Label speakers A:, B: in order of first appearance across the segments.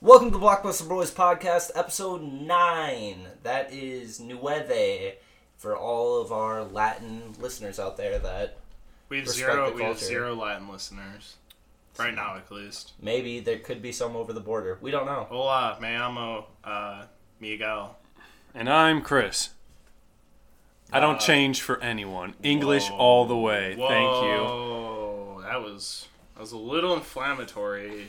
A: Welcome to Blockbuster Boys Podcast, episode 9. That is Nueve for all of our Latin listeners out there that
B: We have
A: Respect
B: zero.
A: the
B: We have
A: culture.
B: zero Latin listeners, right now at least.
A: maybe there could be some over the border. We don't know.
B: Hola, me llamo uh, Miguel.
C: And I'm Chris. I don't
B: Uh,
C: change for anyone. English all the way. Thank you.
B: Whoa, that was that was a little inflammatory.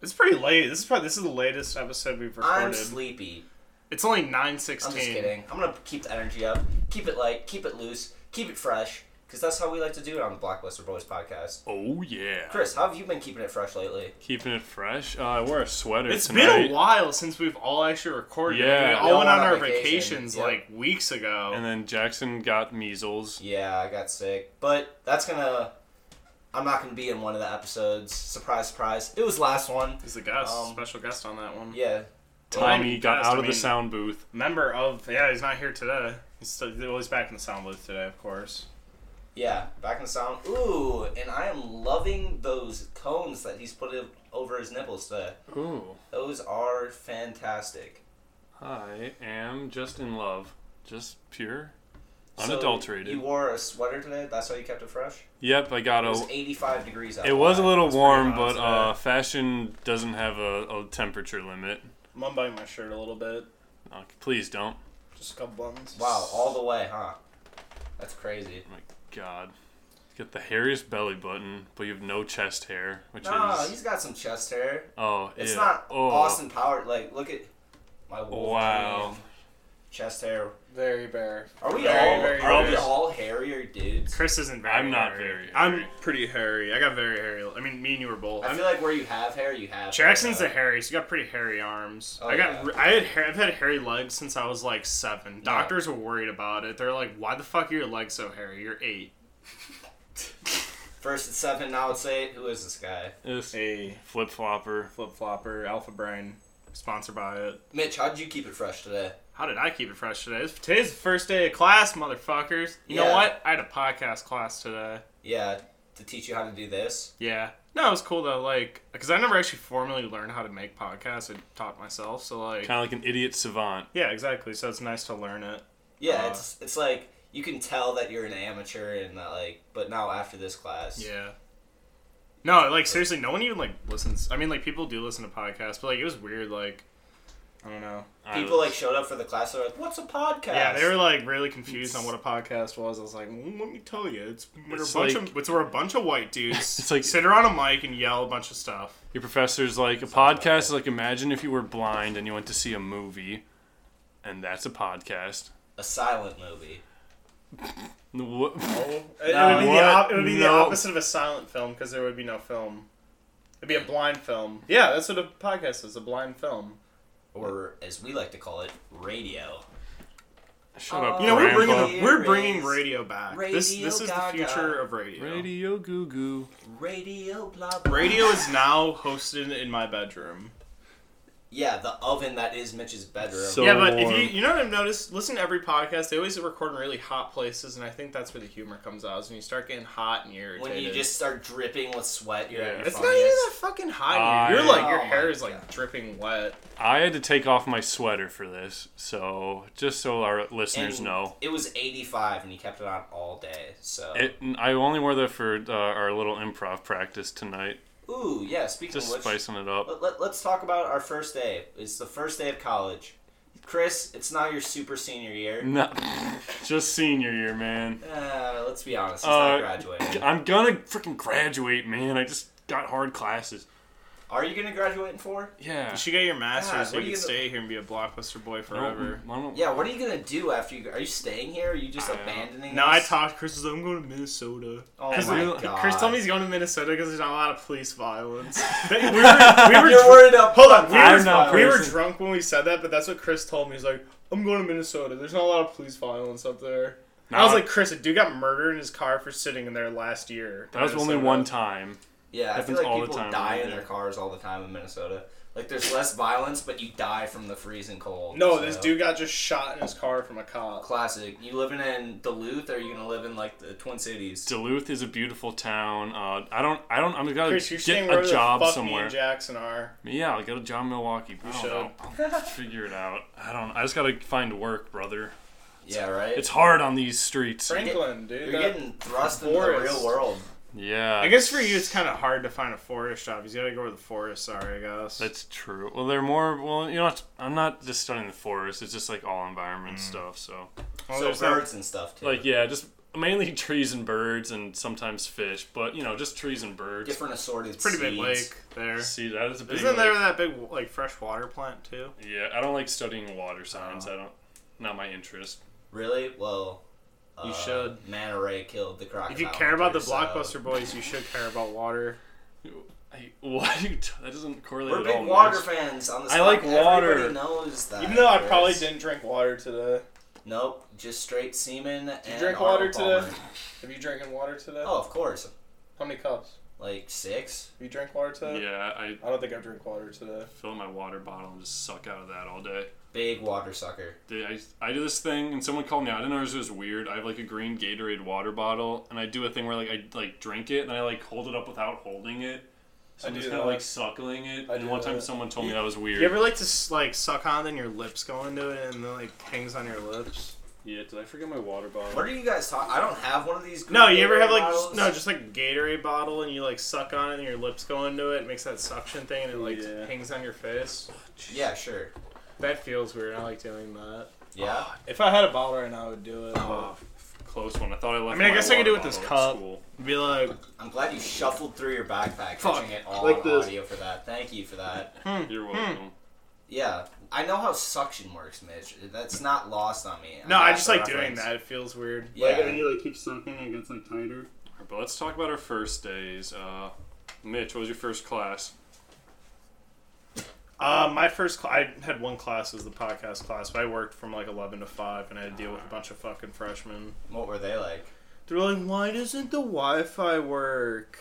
B: It's pretty late. This is probably this is the latest episode we've recorded.
A: I'm sleepy.
B: it's only nine
A: I'm just
B: sixteen.
A: kidding. I'm going to keep the energy up, keep it light, keep it loose, keep it fresh, because that's how we like to do it on the Blockbuster Boys Podcast.
C: Oh yeah.
A: Chris, how have you been keeping it fresh lately?
C: Keeping it fresh. Uh, I wear a sweater
B: It's
C: tonight.
B: been a while since we've all actually recorded.
C: Yeah.
B: we
C: We
B: all
A: all
B: went on
A: went on
B: our
A: vacation,
B: vacations
A: yeah.
B: like weeks ago.
C: And then Jackson got measles.
A: Yeah, I got sick. But that's going to. I'm not going to be in one of the episodes. Surprise, surprise. It was last one.
B: He's the guest,
A: Um,
B: special guest on that one.
A: Yeah.
C: Tommy got
B: Yes,
C: out
B: I
C: of
B: mean-
C: the sound booth.
B: Member of yeah, he's not here today. He's still, well, he's back in the sound booth today, of course.
A: Yeah, back in the sound. Ooh, and I am loving those cones that he's put up over his nipples today.
C: Ooh,
A: Those are fantastic.
C: I am just in love, just pure,
A: So,
C: unadulterated.
A: you wore a sweater today. That's how you kept it fresh.
C: yep, I got
A: It was
C: a.
A: 85 degrees out.
C: It was a little warm,
B: hot
C: but
B: today.
C: uh, fashion doesn't have a, a temperature limit.
B: I'm unbuttoning my shirt a little bit.
C: Uh, please don't.
B: Just a couple buttons.
A: Wow, all the way, huh? That's crazy.
C: Oh my god. He's got the hairiest belly button, but you have no chest hair, which
A: No,
C: is
A: he's got some chest hair.
C: oh,
A: It's
C: ew.
A: not
C: oh,
A: Austin Power. Like, look at my Wolverine
C: Wow,
A: chest hair.
B: Very bare.
A: Are we
B: Very,
A: all
B: very
A: are we
B: nice.
A: all hairier dudes?
B: Chris isn't very.
C: I'm not
B: hairy.
C: very
B: I'm
C: hairy.
B: pretty hairy. I got very hairy. I mean, me and you were both.
A: I
B: I'm,
A: feel like where you have hair, you have. hair,
B: Jackson's
A: though.
B: a hairy. He's got pretty hairy arms.
A: Oh,
B: I got.
A: yeah.
B: I had. Hair, I've had hairy legs since I was like seven. Doctors were worried about it. They're like, "Why the fuck are your legs so hairy? You're eight.
A: First at seven, now it's eight. Who is this guy?
C: this
B: Hey,
C: flip flopper.
B: flip flopper, alpha brain, sponsored by it.
A: Mitch, how'd you keep it fresh today?
B: How did I keep it fresh today? Today's the first day of class, motherfuckers. You know
A: Yeah.
B: what? I had a podcast class today.
A: Yeah, to teach you how to do this.
B: Yeah. No, it was cool though. Like, because I never actually formally learned how to make podcasts. I taught myself. So like,
C: Kind of like an idiot savant.
B: yeah, exactly. So it's nice to learn it.
A: Yeah,
B: Uh,
A: it's it's like you can tell that you're an amateur and that like, but now after this class,
B: Yeah. No, like seriously, no one even like listens. I mean, like people do listen to podcasts, but like it was weird. Like, I don't know.
A: people like showed up for the class. They're like, "What's a podcast?"
B: Yeah, they were like really confused on what a podcast was. I was like, well, let me tell you, it's we're
C: It's
B: a bunch
C: like-
B: of it's, we're a bunch of white dudes.
C: It's like-
B: sit around a mic and yell a bunch of stuff.
C: your professor's like a podcast is like imagine if you were blind and you went to see a movie, and that's a podcast.
A: a silent movie.
C: What?
B: It, it
A: No,
B: would be,
C: what?
B: the, op- it would be the
C: No.
B: opposite of a silent film because there would be no film. It'd be a blind film. Yeah, that's what a podcast is—a blind film.
A: Or as we like to call it, radio.
C: Shut up.
A: You
B: You know, we're
C: Grandpa.
B: bringing
A: Grandpa.
B: we're bringing radio back. this
A: Radio
B: this is
A: Gaga.
B: the future of radio.
C: radio goo goo.
A: Radio blah blah.
B: Radio is now hosted in my bedroom.
A: Yeah, the oven that is Mitch's bedroom.
C: So-
B: yeah, but if
C: warm.
B: you you know what I've noticed, listen to every podcast. They always record in really hot places, and I think that's where the humor comes out. Is when you start getting hot and you're
A: when you just start dripping with sweat, you're at
C: Yeah.
A: your
B: It's not even
A: funniest.
B: that fucking hot. in here.
C: I-
B: You're like your
A: Oh my
B: hair is like
A: God.
B: dripping wet.
C: I had to take off my sweater for this, so just so our listeners
A: And
C: know.
A: It was 85 and he kept it on all day. So
C: It, I only wore that for uh, our little improv practice tonight,
A: Ooh, yeah, speaking
C: just
A: of which,
C: spicing it up.
A: Let, let, us talk about our first day. It's the first day of college. Chris, it's not your super senior year.
C: No, just senior year, man.
A: Uh, let's be honest, it's
C: Mm. Uh,
A: not graduating.
C: I'm gonna freaking graduate, man. I just got hard classes.
A: Are you going to graduate in four?
C: Yeah.
B: You should get your master's.
A: what
B: so
A: are
B: you
A: you
B: can
A: gonna-
B: stay here and be a blockbuster boy
C: I don't-
B: forever.
C: I don't-
A: Yeah, what are you going to do after you... Are you staying here? Are you just
C: I don't-
A: abandoning
B: No, I
A: us?
B: talked. Chris was like, I'm going to Minnesota.
A: Oh
C: Chris-
A: my
C: Chris
A: god.
B: Chris told me he's going to Minnesota because there's not a lot of police violence. we were, we were
A: You're worried about...
B: Hold on, we,
C: I'm
B: were,
C: not
B: we were
C: racist.
B: drunk when we said that, but that's what Chris told me. He's like, I'm going to Minnesota. There's not a lot of police violence up there. And I was
C: No.
B: like, Chris, a dude got murdered in his car for sitting in there last year.
C: That was only
B: Minnesota."
C: one time.
A: Yeah, I feel
C: Happens
A: like
C: all the
A: people
C: time
A: die
C: around
A: in their
C: here.
A: cars all the time in Minnesota. Like there's less violence, but you die from the freezing cold.
B: No, this
A: so-
B: dude got just shot in his car from a cop.
A: Classic. You living in Duluth, or are you gonna live in like the Twin Cities?
C: Duluth is a beautiful town. Uh, I don't. I don't. I'm gonna
B: Chris, you're
C: get
B: staying wherever
C: a job
B: the fuck me
C: somewhere.
B: and Jackson are.
C: yeah, I'll get a job in Milwaukee. I don't
B: should.
C: know. I'll figure it out. I don't. I just gotta find work, brother.
A: Yeah, right.
C: It's hard on these streets.
B: Franklin, dude.
A: You're
B: that-
A: getting thrust into the
B: forest.
A: real world.
C: Yeah.
B: I guess for you, it's kind of hard to find a forest job. You gotta go where the forests are, I guess.
C: That's true. Well, they're more. Well, you know, it's, I'm not just studying the forest. It's just like all environment stuff. So,
B: Well,
A: so
B: Oh, there's that-
A: birds and stuff too.
C: like, yeah, just mainly trees and birds and sometimes fish, but you know, just trees and birds.
A: different assorted.
B: pretty big
A: seeds.
B: lake there.
C: See, that is a big.
B: Isn't there
C: like-
B: that big like freshwater plant too?
C: Yeah, I don't like studying water science. I don't. Not my interest.
A: Really? Well, uh,
B: You should.
A: Man Ray killed the crocodile.
B: If you care about the
A: hunter, so-
B: blockbuster boys, you should care about water.
C: I, why do you t- that doesn't correlate
A: We're
C: at all.
A: big water
C: Mitch.
A: fans on this.
C: I like
A: podcast.
C: water.
A: Everybody knows that. Chris.
B: didn't drink water today.
A: Nope, just straight semen. Did and
B: drink water
A: Arnold Palmer.
B: today? Have you drinking water today?
A: Oh, of course.
B: How many cups?
A: Like six.
B: Have you drank water today?
C: Yeah, I
B: I don't think I drink water today.
C: fill my water bottle and just suck out of that all day.
A: Big water sucker.
C: Dude, I, I do this thing and someone called me out. I didn't know this was weird. I have like a green Gatorade water bottle and I do a thing where like I like drink it and I like hold it up without holding it. So
B: I
C: I'm
B: do
C: just kind of
B: that.
C: like suckling it.
B: I
C: and
B: do
C: one time
B: that.
C: someone told me that was weird.
B: You ever like to s- like suck on, then your lips go into it, and then like hangs on your lips?
C: yeah, did I forget my water bottle?
A: What are you guys talking? I don't have one of these.
B: No, you ever
A: Gatorade
B: have like
A: bottles.
B: no, just like a Gatorade bottle, and you like suck on it, and your lips go into it, it makes that suction thing, and it like
C: Yeah.
B: hangs on your face.
A: Yeah, sure.
B: That feels weird. I like doing that.
A: Yeah.
B: If I had a bottle right now, I would do it.
C: Oh, f- close one. I thought I left.
B: I mean, I
C: my
B: guess I could
C: water
B: do it with this
C: bottle at
B: cup.
C: school.
B: Be like,
A: I'm glad you shuffled through your backpack,
B: Fuck,
A: catching it all
B: like
A: on
B: this.
A: audio for that. Thank you for that.
B: hmm.
C: You're welcome.
A: Yeah, I know how suction works, Mitch. That's not lost on me.
B: no, I
A: got
B: just
A: the
B: like doing
A: reference.
B: that. It feels weird.
A: Yeah. Like, and
B: you like keep sucking, it gets like tighter.
C: But let's talk about our first days. Uh, Mitch, what was your first class?
B: Uh, my first, cl- I had one class was the podcast class, but I worked from like eleven to five, and I had to deal with a bunch of fucking freshmen.
A: What were they like
B: They're like, why doesn't the Wi-Fi work?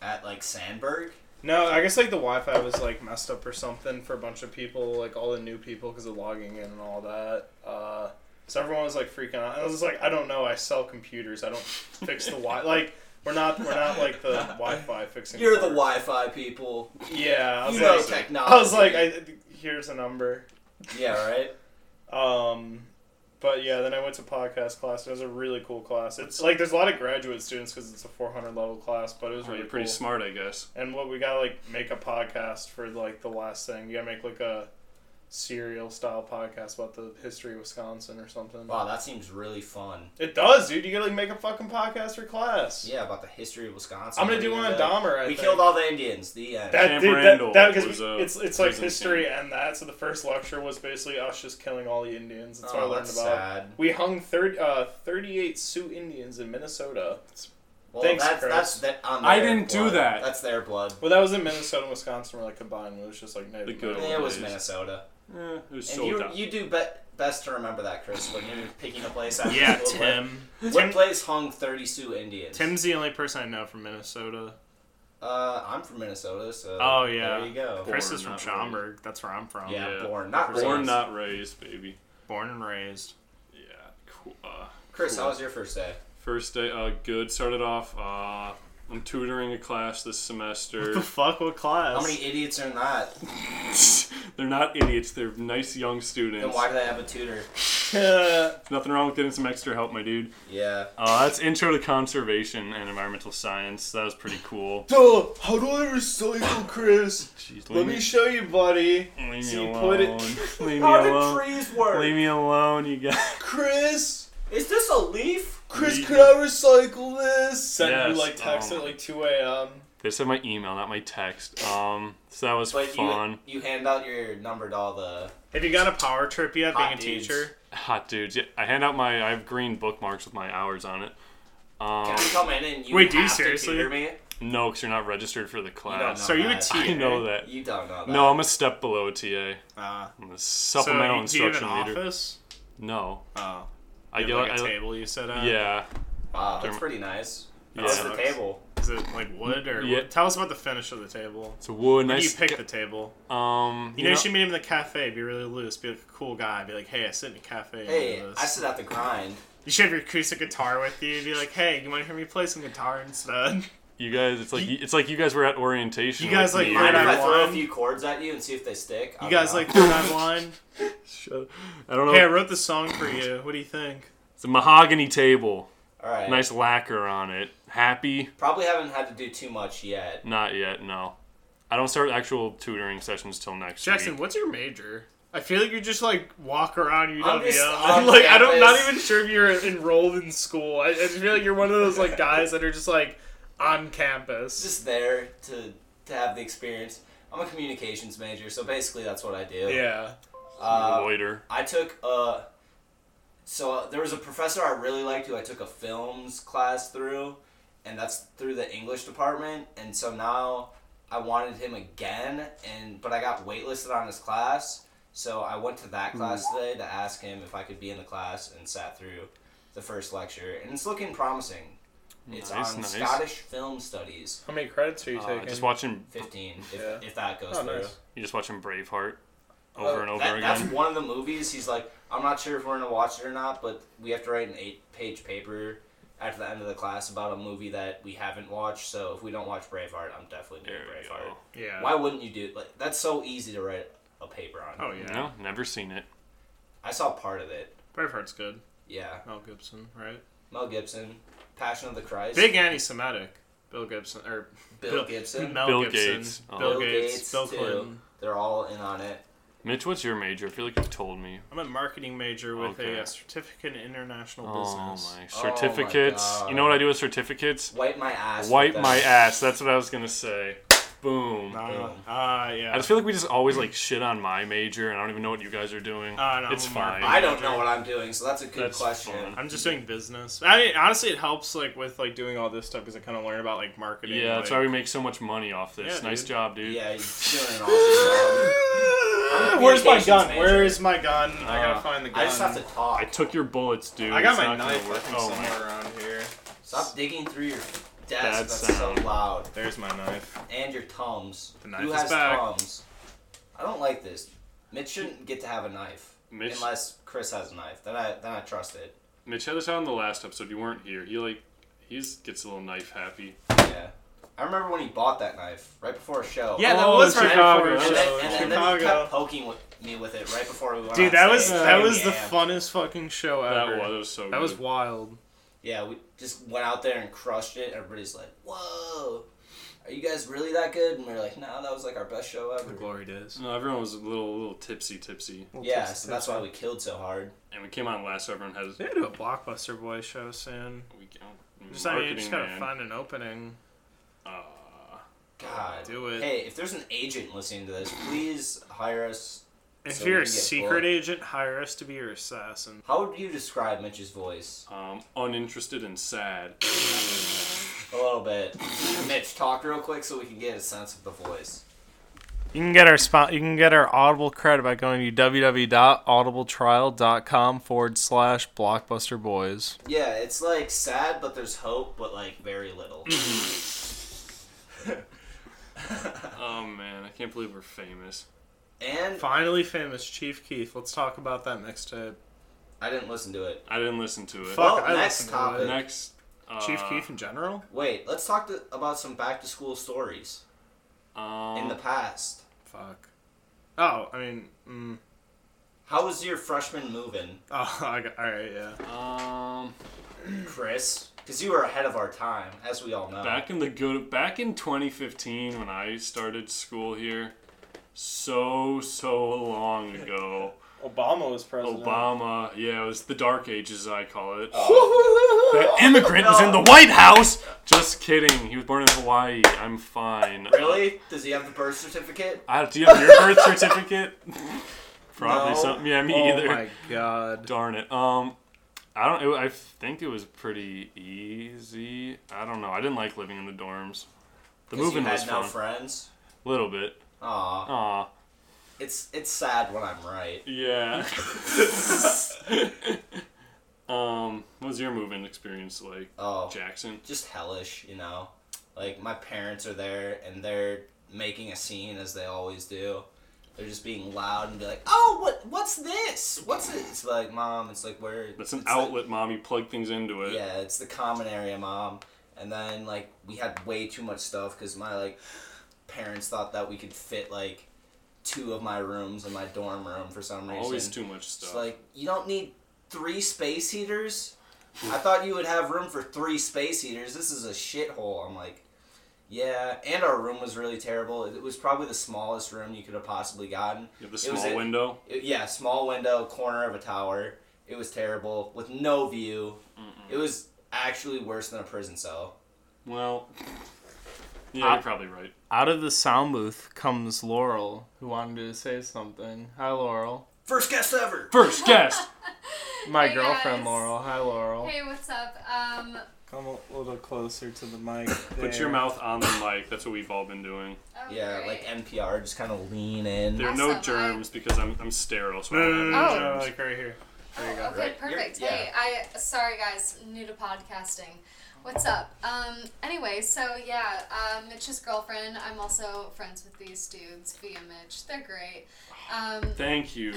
A: at like Sandberg?
B: No, I guess like the Wi-Fi was like messed up or something for a bunch of people, like all the new people because of logging in and all that. Uh, so everyone was like freaking out. I was just like, I don't know. I sell computers. I don't fix the Wi. Like we're not we're not like the Wi-Fi fixing.
A: You're the
B: part.
A: Wi-Fi people.
B: Yeah, I was
A: You know
B: like,
A: technology.
B: I was like, I, here's a number.
A: yeah, right.
B: Um, but yeah, then I went to podcast class. It was a really cool class. It's like there's a lot of graduate students because it's a 400 level class, but it was
C: Oh,
B: really
C: you're pretty
B: cool.
C: smart, I guess.
B: And what we gotta like make a podcast for like the last thing. You gotta make like a serial style podcast about the history of Wisconsin or something.
A: Wow, that seems really fun.
B: It does, dude. You gotta like make a fucking podcast for class.
A: Yeah, about the history of Wisconsin.
B: I'm gonna
A: What
B: do
A: do you
B: one on
A: do?
B: Dahmer. I
A: we
B: think.
A: killed all the Indians. The end.
B: That,
C: Camp
B: dude, that-
C: Randall
B: that, because
C: was
B: we-
C: a
B: it's it's like
C: prison
B: history and that. So the first lecture was basically us just killing all the Indians. That's
A: oh,
B: what I learned
A: that's
B: about.
A: sad.
B: We hung 30, uh, 38 Sioux Indians in Minnesota.
A: Well,
B: Thanks,
A: that's,
B: Chris.
A: that's that. On
C: I
A: their
C: didn't do
A: blood.
C: that.
A: That's their blood.
B: Well, that was in Minnesota and Wisconsin were like combined. It was just like Native
C: The good
B: American.
A: It was
C: days.
A: Minnesota.
C: Eh, it was
A: And
C: so
A: you
C: dumb.
A: you do be, best to remember that, Chris, when you're picking a place. After
B: Yeah,
A: school.
B: Tim.
A: What,
B: Tim.
A: place hung thirty Sioux Indians?
B: Tim's the only person I know from Minnesota.
A: Uh, I'm from Minnesota, so.
B: Oh, yeah.
A: There you go.
B: Chris
C: Born,
B: is from
C: not
B: Schaumburg. That's where I'm from.
A: Yeah,
C: Yeah.
A: born not
C: Born,
A: raised.
C: not raised, baby.
B: Born and raised.
C: Yeah. Cool. Uh,
A: Chris,
C: cool.
A: how was your first day?
C: First day, uh, good. Started off. Uh, I'm tutoring a class
B: What
C: this
B: the
C: semester.
B: fuck? What class?
A: How many idiots are in that?
C: they're not idiots. They're nice young
A: Then
C: students.
A: why do they have a tutor?
C: Nothing wrong with getting some extra help, my dude.
A: Yeah.
C: Uh, that's intro to conservation and environmental science. That was pretty cool.
B: Duh, how do I recycle, Chris?
C: Jeez,
B: Let
C: leave
B: me show you, buddy.
C: leave
B: see
C: me
B: you
C: alone.
B: put it-
C: leave me
A: How do
C: alone.
A: trees work?
C: Leave me alone, you guys.
B: Chris.
A: Is this a leaf?
B: Chris,
C: Read
B: could I recycle this? Send
C: Yes,
B: you like text
C: um,
B: at like 2 a.m.
C: They said my email, not my text. Um, so that was
A: But
C: fun.
A: you you hand out your number to all the
B: Have you got a power trip yet
C: Ah,
A: Hot dudes.
C: Hot dudes. Yeah, I hand out my. I have green bookmarks with my hours on it. Um,
A: Can I come in and you
B: Wait, do you
A: have to
B: seriously?
A: tutor me?
C: no, because you're not registered for the class.
A: know
B: So are you a
A: that.
B: TA?
C: I know that.
A: You don't know that.
C: No, I'm a step below TA.
B: Uh,
C: I'm a supplemental
B: so you, do you have
C: instruction
B: an
C: leader.
B: office?
C: No,
B: Oh.
C: I
B: You
C: get
B: have like a
C: I-
B: table you set up?
C: yeah.
A: Wow, that's pretty nice. That's
C: Yeah.
A: the table.
B: Is it like wood or
C: Yeah.
B: what? Tell us about the finish of the table.
C: It's a wood.
B: How do you
C: Nice.
B: pick the table?
C: um,
B: You know, you should meet him in the cafe. Be really loose. Be like a cool guy. Be like, hey, I sit in a cafe. and
A: Hey,
B: do this."
A: I sit out the grind.
B: You should have your acoustic guitar with you. Be like, hey, you want to hear me play some guitar instead?
C: you guys. It's like it's like you guys were at orientation.
B: You
C: with
B: guys, like,
C: me.
A: Mind if I
B: Nine-on-one.
A: throw a few chords at you and see if they stick? I
B: You
A: don't
B: guys
A: know.
B: like turn on line?
C: Shut up. I don't know.
B: Hey, I wrote this song for you. What do you think?
C: It's a mahogany table.
A: All right.
C: Nice lacquer on it. Happy?
A: Probably haven't had to do too much yet.
C: Not yet. No. I don't start actual tutoring sessions till next
B: Jackson,
C: week.
B: what's your major? I feel like you just like walk around UW.
A: I'm
B: I'm
A: just on
B: like I don't, not
A: campus.
B: even sure if you're enrolled in school. I, I feel like you're one of those like guys that are just like on campus.
A: Just there to to have the experience. I'm a communications major, so basically that's what I do.
B: Yeah.
A: Uh,
C: Loiter.
A: I took a. So uh, there was a professor I really liked who I took a films class through, and that's through the English department. And so now I wanted him again, and but I got waitlisted on his class. So I went to that class today to ask him if I could be in the class, and sat through the first lecture, and it's looking promising. It's
C: Nice,
A: on
C: nice.
A: Scottish film studies,
B: How many credits are you
A: Uh,
B: taking?
C: Just watching.
A: fifteen, if,
B: Yeah.
A: if that goes
B: Oh,
A: through.
B: nice.
C: You just watching Braveheart over and over
A: That-
C: again.
A: That's one of the movies. He's like, I'm not sure if we're gonna watch it or not, but we have to write an eight-page paper at the end of the class about a movie that we haven't watched. So if we don't watch Braveheart, I'm definitely doing
C: There we
A: Braveheart.
C: go.
B: Yeah.
A: Why wouldn't you do? Like, that's so easy to write a paper on.
B: Oh yeah.
C: No, never seen it.
A: I saw part of it.
B: Braveheart's good.
A: Yeah,
B: Mel Gibson, right?
A: Mel Gibson, Passion of the Christ,
B: Big anti-Semitic. Bill Gibson or
A: Bill Gibson,
B: Mel
C: Bill
B: Gibson.
C: Gates. Oh.
B: Bill,
A: Bill
B: Gates.
A: Gates,
B: Bill
A: too.
B: Clinton.
A: They're all in on it.
C: Mitch, what's your major? I feel like you've told me.
B: I'm a marketing major with
C: Okay.
B: a, uh, certificate in international
C: Oh
B: business.
C: my
A: Oh my
C: certificates! you know
A: God.
C: what I do with certificates?
A: Wipe my ass. with
C: Wipe
A: that.
C: my ass. That's what I was gonna say. Boom.
B: Nah,
A: Boom.
B: Ah, yeah.
C: I just feel like we just always like shit on my major, and I don't even know what you guys are doing.
B: Uh, no,
C: it's
B: I'm a mar-
C: fine.
A: I don't know what I'm doing, so that's a good
C: That's
A: question.
C: fun.
B: I'm just doing business. I mean, honestly, it helps like with like doing all this stuff because I kind of learn about like marketing.
C: yeah, that's why
B: like,
C: we make so much money off this.
B: Yeah,
C: nice
B: dude.
C: job, dude.
A: Yeah, you're doing an awesome job. I'm a
B: Where's my gun?
A: communications major.
B: Where is my gun? I gotta
C: Uh,
B: find the gun.
A: I just have to talk.
C: I took your bullets, dude.
B: I got
C: It's
B: my
C: not gonna
B: knife. I
C: work.
B: think
C: Oh
B: somewhere
C: my.
B: around here.
A: Stop digging through your desk.
C: Bad
A: That's so
C: sound.
A: loud.
B: There's my knife.
A: And your tums.
B: The knife
A: Who
B: is
A: has
B: back.
A: tums? I don't like this. Mitch shouldn't get to have a knife
C: Mitch,
A: unless Chris has a knife. Then I then I trust it.
C: Mitch had this out in the last episode. You weren't here. He like, he's gets a little knife happy.
A: Yeah. I remember when he bought that knife right before a show.
B: Yeah, that
C: Oh,
B: was right before
C: Chicago.
A: And,
B: our
C: so
A: then,
B: show.
A: and, then- and then he
B: Chicago.
A: kept poking with me with it right before we went on
B: Dude, that was
A: stage.
B: that was the
A: Yeah.
B: funnest fucking show
C: That
B: ever.
C: was, that was so.
B: That
C: good.
B: was wild.
A: Yeah, we just went out there and crushed it. Everybody's like, "Whoa, are you guys really that good?" And we are like, "No, that was like our best show ever."
B: glory days.
C: No, everyone was a little, little tipsy, tipsy,
A: Yeah, so that's why we killed so hard.
C: and we came on last. So everyone has.
B: They gotta do a blockbuster boy show soon.
C: We oh,
B: Just, I mean, you
C: marketing
B: just gotta
C: man.
B: find an opening.
C: Uh,
A: God.
B: Do it.
A: Hey, if there's an agent listening to this, please hire us.
B: If
A: So we
B: you're a
A: can get
B: secret
A: booked.
B: agent, hire us to be your assassin.
A: How would you describe Mitch's voice?
C: um, uninterested and sad.
A: A little bit. Mitch, talk real quick so we can get a sense of the voice.
B: You can get our spot. You can get our Audible credit by going to www.audibletrial.com forward slash blockbuster boys.
A: Yeah, it's like sad, but there's hope, but like very little.
C: Oh man, I can't believe we're famous.
A: and
B: Finally, famous Chief Keith. Let's talk about that next tape.
A: I didn't listen to it.
C: I didn't listen to it.
B: Fuck,
A: Well,
B: I
A: next
B: listened
A: topic.
B: to it.
C: Next, uh,
B: Chief Keith in general.
A: Wait, let's talk to, about some back to school stories
C: Um,
A: in the past.
B: Fuck. Oh, I mean, mm,
A: How was your freshman moving,
B: oh, I got, all right, yeah.
C: um,
A: Chris? Because you were ahead of our time, as we all know.
C: back in the good, back in 2015 when I started school here, so so long ago.
B: Obama was president.
C: Obama, yeah, it was the dark ages I call it.
A: Oh.
C: That immigrant was in the White House. Just kidding. He was born in Hawaii. I'm fine.
A: Really? Does he have the birth certificate?
C: Uh, do you have your birth certificate? Probably
A: No.
C: something. Yeah, me
B: Oh
C: either.
B: my god.
C: Darn it. Um, I don't. It, I think it was pretty easy. I don't know. I didn't like living in the dorms. The
A: 'Cause you
C: moving
A: had
C: was
A: no
C: fun.
A: friends.
C: A little bit.
A: Aw.
C: Aw.
A: It's it's sad when I'm right.
C: Yeah. um, what was your moving experience like,
A: Oh,
C: Jackson?
A: just hellish, you know. Like my parents are there and they're making a scene as they always do. They're just being loud and be like, "Oh, what? What's this? What's this?" Like, mom, it's like where
C: That's an
A: it's like-
C: outlet, mom. You plug things into it.
A: yeah, it's the common area, mom. And then like we had way too much stuff because my like parents thought that we could fit like two of my rooms in my dorm room for some reason.
C: Always too much
A: It's
C: stuff.
A: like you don't need three space heaters. I thought you would have room for three space heaters. This is a shithole. I'm like, yeah. And our room was really terrible. It was probably the smallest room you could have possibly gotten.
C: you have the
A: it was
C: small
A: a-
C: window.
A: It- yeah, small window, corner of a tower. It was terrible with no view. It was actually worse than a prison cell.
C: Well, yeah,
B: I-
C: you're probably right.
B: Out of the sound booth comes Laurel, who wanted to say something. Hi, Laurel.
A: First guest ever.
C: First guest.
B: My
D: Hey,
B: girlfriend,
D: guys.
B: Laurel. Hi, Laurel.
D: Hey, what's up? Um,
B: Come a little closer to the mic.
C: Put your mouth on the mic. That's what we've all been doing.
D: oh,
A: Yeah,
D: great.
A: like NPR, just kind of lean in.
C: There are no
D: Awesome, I-
C: germs because I'm, I'm sterile, so I
B: No,
C: don't
B: no, no,
C: have
B: no,
C: any
B: no,
C: germs.
B: like right here. There you go.
D: Oh, okay,
A: Right. You're-
D: perfect.
A: yeah.
D: Hey, I sorry guys, new to podcasting. What's up? Um, anyway, so yeah, um, Mitch's girlfriend. I'm also friends with these dudes via Mitch. They're great. Um,
C: Thank you.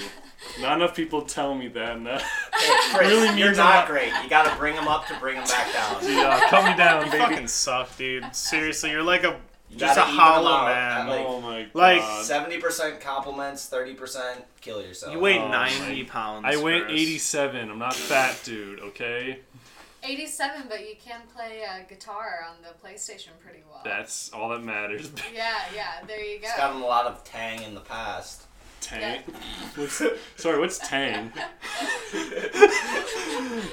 C: Not enough people tell me that. and that-
A: Hey, Chris,
C: Really
A: you're
C: means a
A: not
C: lot.
A: great. You got to bring them up to bring them back down.
C: uh,
B: Yeah, cut me down, baby. fucking suck, dude. Seriously, you're like a
A: You
B: just a
A: gotta even 'em
B: hollow
A: out.
B: man.
A: Like,
C: oh my
B: like-
C: god.
A: Seventy percent compliments, thirty percent kill yourself.
B: You weigh
C: Oh,
B: ninety
C: my-
B: pounds.
C: I weigh
B: Chris.
C: 87. I'm not fat, dude. Okay,
D: 87, but you can play uh, guitar on the PlayStation pretty well.
C: that's all that matters.
D: yeah, yeah. There you
A: It's got
D: go.
A: him a lot of tang in the past.
C: Tang. What's, sorry, what's tang?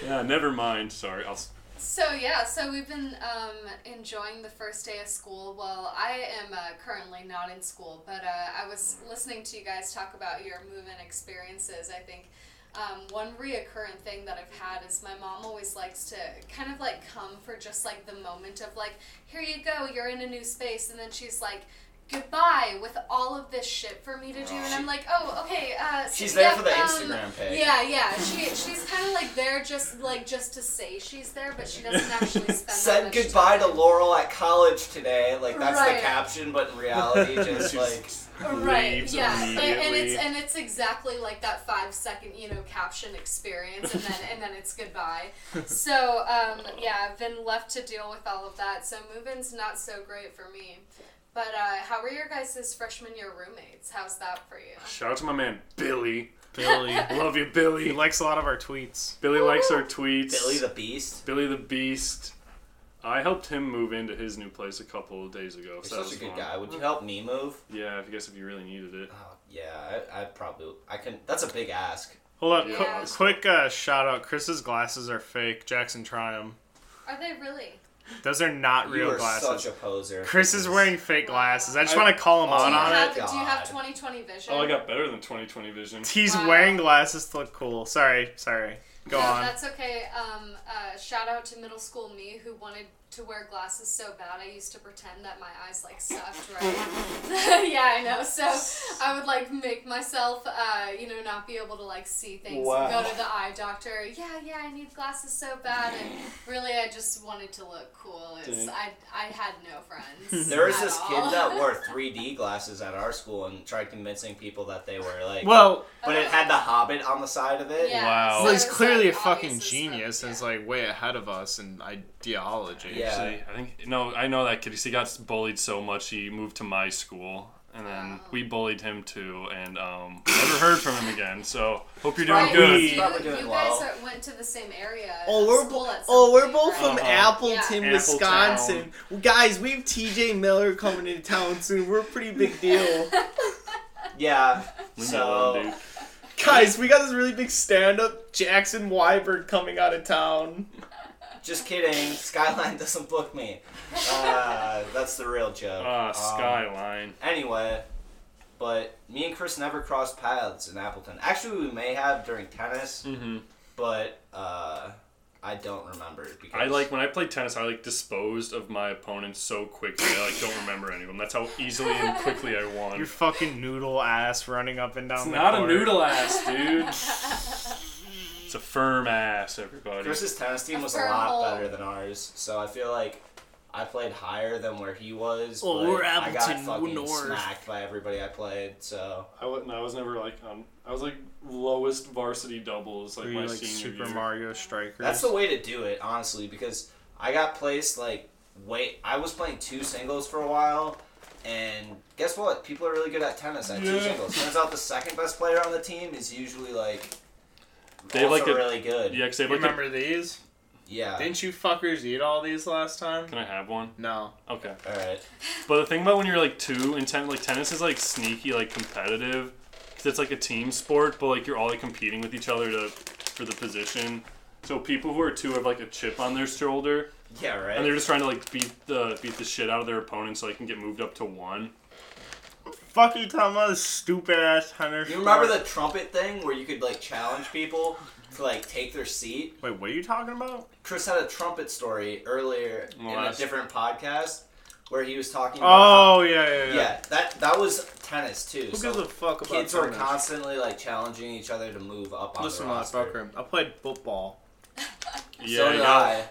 C: yeah, never mind. Sorry, I'll. s-
D: So yeah, so we've been um, enjoying the first day of school. Well, I am uh, currently not in school, but uh, I was listening to you guys talk about your move-in experiences. I think um, one reoccurring thing that I've had is my mom always likes to kind of like come for just like the moment of like, here you go, you're in a new space, and then she's like. Goodbye with all of this shit for me to do, and I'm like, oh, okay. Uh, so-
A: She's there
D: yep,
A: for the
D: um,
A: Instagram page.
D: Yeah, yeah. She she's kind of like there just like just to say she's there, but she doesn't actually spend. that
A: Said
D: much
A: goodbye to
D: time.
A: Laurel at college today. Like that's the
D: Right.
A: caption, but in reality, just
C: She's-
A: like
D: Right.
C: Leaves
D: Yeah. And, and
C: immediately.
D: it's and it's exactly like that five second you know caption experience, and then and then it's goodbye. So um, yeah, I've been left to deal with all of that. So move-in's not so great for me. But uh, how were your guys' freshman year roommates? How's that for you?
C: Shout out to my man Billy.
B: Billy.
C: Love you,
B: he
C: Billy.
B: likes a lot of our tweets.
C: Billy likes our tweets.
A: Billy the Beast.
C: Billy the Beast. I helped him move into his new place a couple of days ago.
A: You're
C: so that
A: such a
C: was
A: good
C: fun.
A: guy. Would you help me move?
C: Yeah, I guess if you really needed it.
A: Oh, yeah, I, I probably I can. That's a big ask.
B: Hold up,
D: Yeah.
B: qu- quick uh, shout out. Chris's glasses are fake. Jackson, try 'em.
D: Are they really?
B: Those are not
A: you
B: real
A: are
B: glasses.
A: such a poser.
B: Chris is wearing fake glasses. I just
A: I-
B: want to call him
A: Oh,
D: Do
B: out
D: you
A: yeah.
B: on it.
D: have, do you
A: God.
D: have 2020 vision?
C: Oh, I got better than 2020 vision.
B: He's
D: Wow.
B: wearing glasses to look cool. Sorry, sorry. Go
D: no,
B: on.
D: that's okay. Um, uh, shout out to middle school me who wanted to wear glasses so bad. I used to pretend that my eyes like sucked, right? yeah, I know. So I would like make myself, uh, you know, not be able to like see things.
A: Wow.
D: Go to the eye doctor. Yeah, yeah, I need glasses so bad. And really, I just wanted to look cool. It's,
C: Dang.
D: I, I had no friends.
A: There was
D: at
A: this kid
D: all.
A: that wore 3D glasses at our school and tried convincing people that they were like,
B: Well,
A: but it had the Hobbit on the side of it.
D: Yeah,
C: Wow.
D: so
B: well, he's
D: it's,
B: clearly a
D: Oh. like,
B: fucking
D: obvious as fuck,
B: genius and is
D: yeah.
B: like way ahead of us in ideology.
A: Yeah.
C: Actually, I think no, I know that kid. 'cause He got bullied so much, he moved to my school, and then
D: Oh.
C: we bullied him too, and um, never heard from him again. So hope you're doing
D: Right,
C: good.
A: He's probably
D: You,
A: doing
D: you
A: well.
D: guys are, went to the same area.
E: Oh, we're
D: school
E: bo-
D: at some
E: oh, we're
D: point,
E: both
D: right?
E: from
C: Uh-huh.
E: Appleton,
D: Yeah.
E: Wisconsin. Well, guys, we have TJ Miller coming into town soon. We're a pretty big deal.
A: Yeah.
C: Leave me alone,
A: so
C: dude.
E: guys, we got this really big stand-up Jackson Wyberg coming out of town.
A: just kidding. Skyline doesn't book me. Uh, that's the real joke.
C: Ah,
A: Um,
C: skyline.
A: Anyway, but me and Chris never crossed paths in Appleton. Actually, we may have during tennis,
C: hmm
A: but uh, I don't remember because
C: I like when I played tennis. I like disposed of my opponents so quickly. I like don't remember any of them. That's how easily and quickly I won.
B: Your fucking noodle ass running up and down
C: it's
B: the
C: not
B: court.
C: a noodle ass, dude. it's a firm ass, everybody.
A: Chris's tennis team was a
D: Affirm
A: lot
D: all.
A: better than ours, so I feel like I played higher than where he was.
E: Oh,
A: but
E: we're
A: I got
E: Appleton
A: fucking
E: North.
A: smacked by everybody I played. So
C: I wasn't. I was never like on. I was like lowest varsity doubles like
B: Were you
C: my
B: like
C: senior
B: Super
C: year.
B: Mario Strikers?
A: that's the way to do it, honestly, because I got placed like wait. I was playing two singles for a while, and guess what? People are really good at tennis at two
C: Yeah.
A: singles. Turns out the second best player on the team is usually like
C: They have,
A: also
C: like, a-
A: really good.
C: Yeah, 'cause they
B: You
C: have, like.
B: remember these?
A: Yeah.
B: Didn't you fuckers eat all these last time?
C: a- Can I have one?
B: No.
C: Okay.
A: All right.
C: But the thing about when you're like two and ten, like tennis is like sneaky, like competitive, 'cause it's like a team sport. But like you're all like competing with each other to for the position. So people who are two have like a chip on their shoulder,
A: Yeah. Right.
C: and they're just trying to like beat the beat the shit out of their opponent so they can get moved up to one.
B: Fuck you talking about this stupid ass Hunter.
A: You remember the trumpet thing where you could like challenge people to like take their seat?
B: Wait, what are you talking about?
A: Chris had a trumpet story earlier in
C: Well,
A: a
C: that's-
A: different podcast where he was talking about
B: Oh yeah, yeah, yeah.
A: yeah, that that was tennis too.
B: Who
A: so
B: gives a fuck about
A: kids were
B: tennis?
A: constantly like challenging each other to move up on
B: Listen,
A: the roster.
B: motherfucker. I played football.
C: Yeah,
A: so
C: you
A: did
C: gotta-
A: I.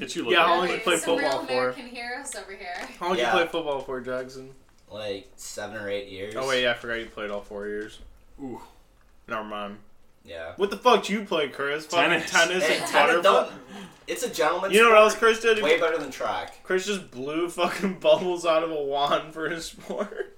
C: It's you look
B: Yeah, I
C: like-
B: only
C: like-
B: play
D: some real
B: football for-
D: American heroes over here.
B: How long
A: Yeah.
B: did you play football for, Jackson?
A: Like seven or eight years.
B: Oh wait, yeah, I forgot you played all four years.
C: Ooh.
B: Never mind.
A: yeah.
B: What the fuck do you play, Chris? Fucking
C: Tennis.
B: tennis
A: Hey,
B: and
A: tennis
B: butterfly.
A: don't, it's a gentleman's
B: You know what
A: sport.
B: else Chris did?
A: Way better than track.
B: Chris just blew fucking bubbles out of a wand for his sport.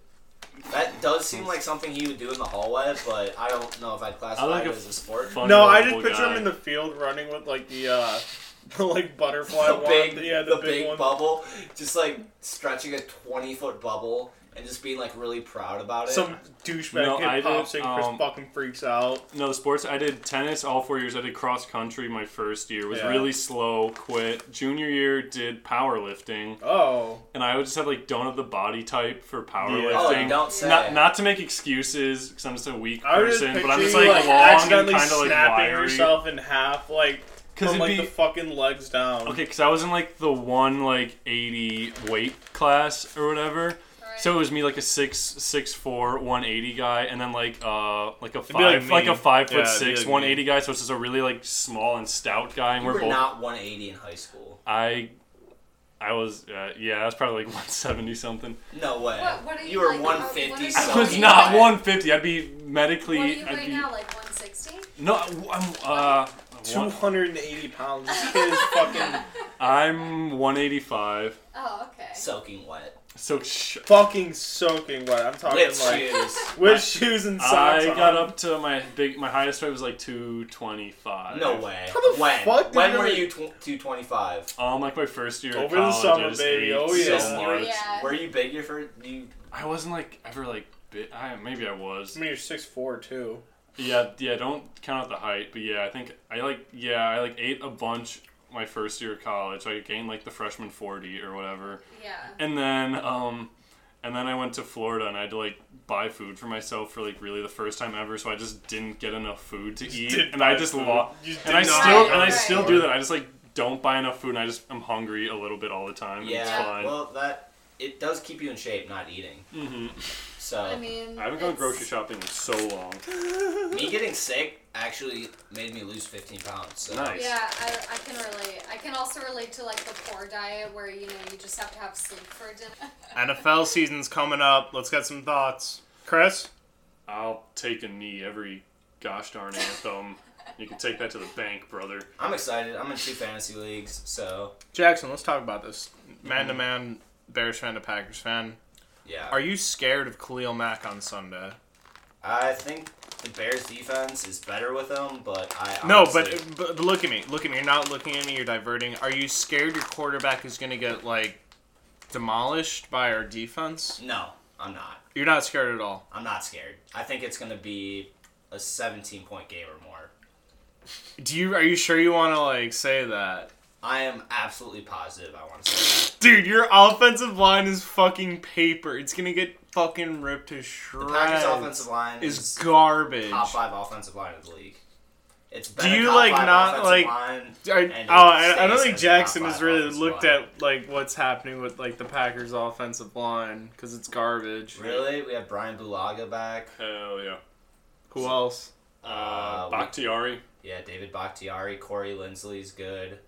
A: That does seem like something he would do in the hallway, but I don't know if I'd classify
C: like
A: it
C: a
A: as a sport.
C: Fun,
B: no, I just
C: lovable
B: picture
C: guy.
B: him in the field running with like the uh, the like butterfly
A: the
B: wand.
A: big,
B: yeah,
A: the,
B: the,
A: big,
B: one.
A: bubble, just like stretching a twenty foot bubble and just being like really proud about it.
B: Some douchebag
C: No,
B: kid
C: I did,
B: pops in, Chris
C: um,
B: fucking freaks out.
C: No, the sports. I did tennis all four years. I did cross country my first year. Was
B: Yeah.
C: really slow. Quit. Junior year did powerlifting,
B: Oh,
C: and I would just have like don't have the body type for
A: oh,
C: powerlifting.
A: you don't say.
C: not not to make excuses because I'm just a weak
B: I was just
C: person, but
B: picture
C: I'm just
B: you,
C: like,
B: like
C: long and
B: accidentally
C: kind of like
B: snapping
C: wiry.
B: yourself in half, like
C: Because
B: from
C: it'd
B: like
C: be
B: the fucking legs down.
C: okay. Because I was in like the one like 80 weight class or whatever.
D: Right?
C: So it was me like a six six four 180 guy, and then like uh like a
B: be like
C: five like,
B: me.
C: a five foot
B: Yeah, it'd be
C: six
B: like
C: 180 guy. So it's just a really like small and stout guy, and
A: you were
C: we're both.
A: not one eighty in high school.
C: I I was uh, yeah, I was probably like 170 something.
A: No way.
D: What- what are you
A: were
D: like,
A: one
D: what
A: fifty.
D: are you-
C: I
D: So
C: was
D: you-
C: not 150. I'd be
D: what
C: medically
D: do you
C: I'd
D: weigh
C: be
D: now? Like 160?
C: No, I'm uh
B: two hundred and eighty pounds. This kid is fucking
C: I'm 185.
D: Oh, okay.
A: Soaking wet.
C: So sh-
B: fucking soaking wet. I'm talking
A: With
B: like
A: shoes.
B: with shoes and socks.
C: I got
B: on.
C: up to my big my highest weight was like 225.
A: No way.
B: How the
A: when?
B: fuck did
A: when
B: you
A: were
B: really-
A: you tw- two twenty five?
C: Um, like my first year of
B: Over the
C: college,
B: summer,
C: I just
B: baby.
C: ate
B: Oh,
C: so
B: yeah.
C: much.
D: Yeah.
A: Were you big your first? You
C: I wasn't like ever like bit. I maybe I was.
B: I mean, you're six four too.
C: Yeah, yeah. Don't count out the height, but yeah, I think I like yeah, I like ate a bunch my first year of college. I gained like the freshman forty or whatever,
D: Yeah.
C: and then um, and then I went to Florida and I had to like buy food for myself for like really the first time ever. So I just didn't get enough food to eat,
B: didn't
C: and I
B: buy
C: just
B: food.
C: lost.
B: You did
C: And I
B: not
C: still
D: buy
C: and I
D: food.
C: still do that. I just like don't buy enough food, and I just I'm hungry a little bit all the time. And It's
A: yeah.
C: fine.
A: Well, that it does keep you in shape not eating.
C: hmm
A: So
D: I mean,
C: I haven't gone
D: it's-
C: grocery shopping in so long.
A: me getting sick actually made me lose fifteen pounds. So.
C: Nice.
D: Yeah, I, I can relate. I can also relate to like the poor diet where you know you just have to have sleep for dinner.
B: NFL season's coming up. Let's get some thoughts, Chris.
C: I'll take a knee every gosh darn anthem. you can take that to the bank, brother.
A: I'm excited. I'm in two fantasy leagues, so
B: Jackson, let's talk about this. Man to man, Bears fan to Packers fan.
A: yeah.
B: Are you scared of Khalil Mack on Sunday?
A: I think the Bears defense is better with him, but I
B: No,
A: honestly-
B: but, but but look at me. Look at me. You're not looking at me. You're diverting. Are you scared your quarterback is going to get like demolished by our defense?
A: no, I'm not.
B: You're not scared at all.
A: I'm not scared. I think it's gonna be a 17 point game or more.
B: Do you? Are you sure you want to like say that?
A: I am absolutely positive. I want to say
B: Dude, your offensive line is fucking paper. It's gonna get fucking ripped to
A: that.
B: shreds.
A: the Packers offensive line is,
B: is garbage.
A: top five offensive line of the league. It's
B: Do
A: been a
B: you,
A: top
B: like,
A: five
B: not,
A: offensive
B: like-
A: line.
B: I,
A: And
B: oh, I, I
A: stays
B: don't think
A: as a top
B: Jackson has
A: five
B: really
A: offensive
B: looked
A: line.
B: at like what's happening with like the Packers offensive line because it's garbage.
A: Really, we have Brian Bulaga back.
C: Hell yeah.
B: Who else?
A: Uh,
C: Uh,
A: we-
C: Bakhtiari.
A: yeah, David Bakhtiari, Corey Lindsley's good.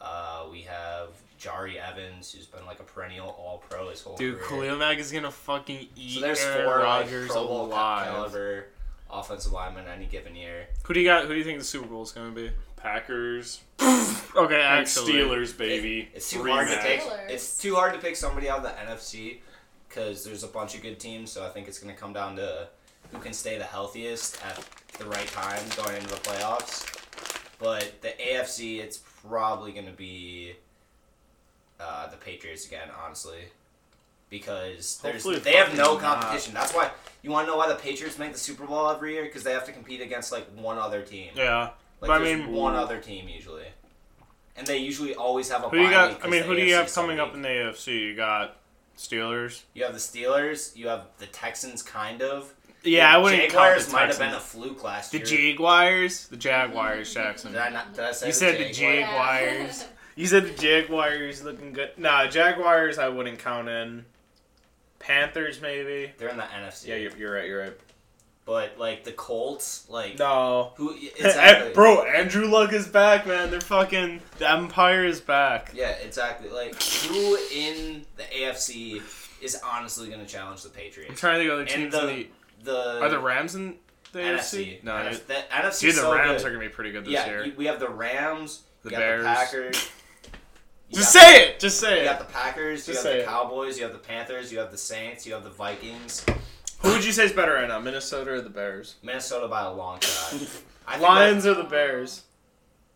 A: Uh, we have Jari Evans, who's been like a perennial All Pro his whole
E: Dude,
A: career.
E: Khalil Mack is gonna fucking eat
A: so there's
E: Aaron
A: four like,
E: Rodgers
A: Pro Bowl
E: alive.
A: caliber offensive linemen any given year.
E: Who do you got? Who do you think the Super Bowl is gonna be?
C: Packers
E: Okay,
C: and
E: actually,
C: Steelers, baby.
A: It's too
C: Three
A: hard to
C: match.
A: pick.
D: Steelers.
A: It's too hard to pick somebody out of the NFC because there's a bunch of good teams. So I think it's going to come down to who can stay the healthiest at the right time going into the playoffs. But the AFC, it's probably going to be uh, the Patriots again, honestly, because there's,
C: Hopefully
A: they have no
C: fucking
A: competition. That's why you want to know why the Patriots make the Super Bowl every year because they have to compete against like one other team.
E: Yeah.
A: Like
E: But I
A: there's
E: mean-
A: one other team usually, and they usually always have a.
E: Who do you
A: bye
E: got?
A: week
E: I mean,
A: 'cause
E: who
A: the
E: do you
A: AFC
E: have
A: is so
E: coming up
A: weak.
E: in the AFC? You got Steelers.
A: You have the Steelers. You have the Texans, kind of.
E: Yeah, I
A: The
E: wouldn't
A: Jaguars
E: count the
A: might have
E: Texans.
A: been a fluke last
E: The
A: year.
E: Jaguars, the Jaguars, Jackson.
A: did I not? Did I say
E: You
A: the
E: said the
A: Jaguars?
E: Jag- Jaguars. You said the Jaguars looking good. Nah, Jaguars I wouldn't count in. Panthers maybe.
A: They're in the NFC.
B: Yeah, you're, you're right. You're right.
A: But like the Colts, like
E: No.
A: who e, exactly?
E: Bro, Andrew Luck is back, man. They're fucking the Empire is back.
A: Yeah, exactly. Like who in the AFC is honestly going to challenge the
E: I'm
A: Patriots?
E: trying to go the
A: And
E: teams
A: the,
E: in
A: the
E: the Are the Rams in the
A: NFC?
E: AFC? No.
A: NFC.
E: they-
A: The NFC
E: Dude, the
A: so
E: Rams
A: good.
E: are gonna be pretty good this
A: Yeah,
E: year.
A: you- we have the Rams,
E: The
A: you got
E: Bears.
A: the Packers. you
E: Just
A: got-
E: say it. Just
A: You
E: say
A: got
E: it.
A: the Packers, you
E: Just
A: have
E: say
A: the
E: it.
A: Cowboys, you have the Panthers, you have the Saints, you have the Vikings.
E: Who would you say is better right
B: Right now,
E: now?
B: Minnesota or the Bears?
A: Minnesota by a long shot. I think
E: Lions
A: that
E: or the Bears?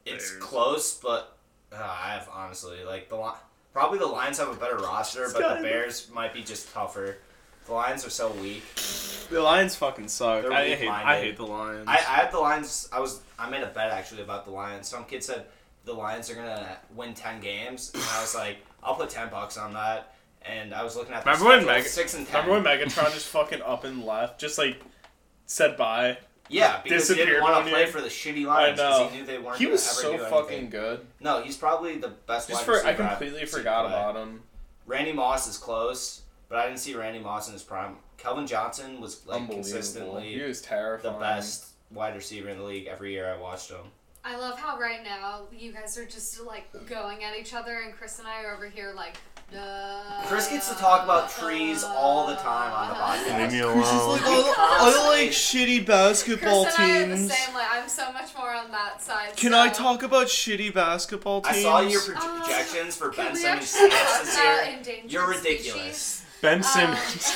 A: it's
C: Bears.
A: close, but uh, I have honestly like the Li- probably the Lions have a better roster, but
E: gotta
A: the
E: be-
A: Bears might be just tougher. The Lions are so weak.
E: The Lions fucking suck.
A: They're
E: I hate, I
A: weak-minded.
E: hate the Lions.
A: I, I had the Lions. I was I made a bet actually about the Lions. Some kid said the Lions are gonna win ten games, and I was like, I'll put ten bucks on that. And I was looking at the
E: Remember when
A: schedule,
E: Meg-
A: six and ten.
B: Remember when Megatron just fucking up and left? Just like said bye.
A: Yeah, because he didn't
B: disappeared
A: want
B: one
A: to play
B: year.
A: for the shitty Lions
B: I know.
A: because he knew they weren't.
B: He
A: gonna
B: was
A: ever do
B: so fucking
A: anything.
B: good.
A: No, he's probably the best. wide
B: Just for I
A: receiver I've
B: completely
A: seen
B: forgot
A: play.
B: about him.
A: Randy Moss is close, but I didn't see Randy Moss in his prime. Kelvin Johnson was like
B: Unbelievable. He
A: consistently
B: was
A: the
B: terrifying.
A: best wide receiver in the league every year I watched him.
D: I love how right now you guys are just like going at each other, and Chris and I are over here like. Duh,
A: Chris gets to talk about trees all the time on the podcast.
C: Leave me
E: Chris is
C: alone.
E: like, I, I like shitty basketball
D: Chris and I are the
E: teams.
D: same. Like I'm so much more on that side.
E: Can
D: so.
E: I talk about shitty basketball teams?
A: I saw your pro-
D: Uh,
A: projections for
D: Can
A: Ben
D: we
A: Simmons'
D: actually
A: stats
D: talk
A: this
D: about
A: year.
D: endangered
A: You're
D: species?
A: ridiculous.
C: Ben
D: Um,
C: Simmons.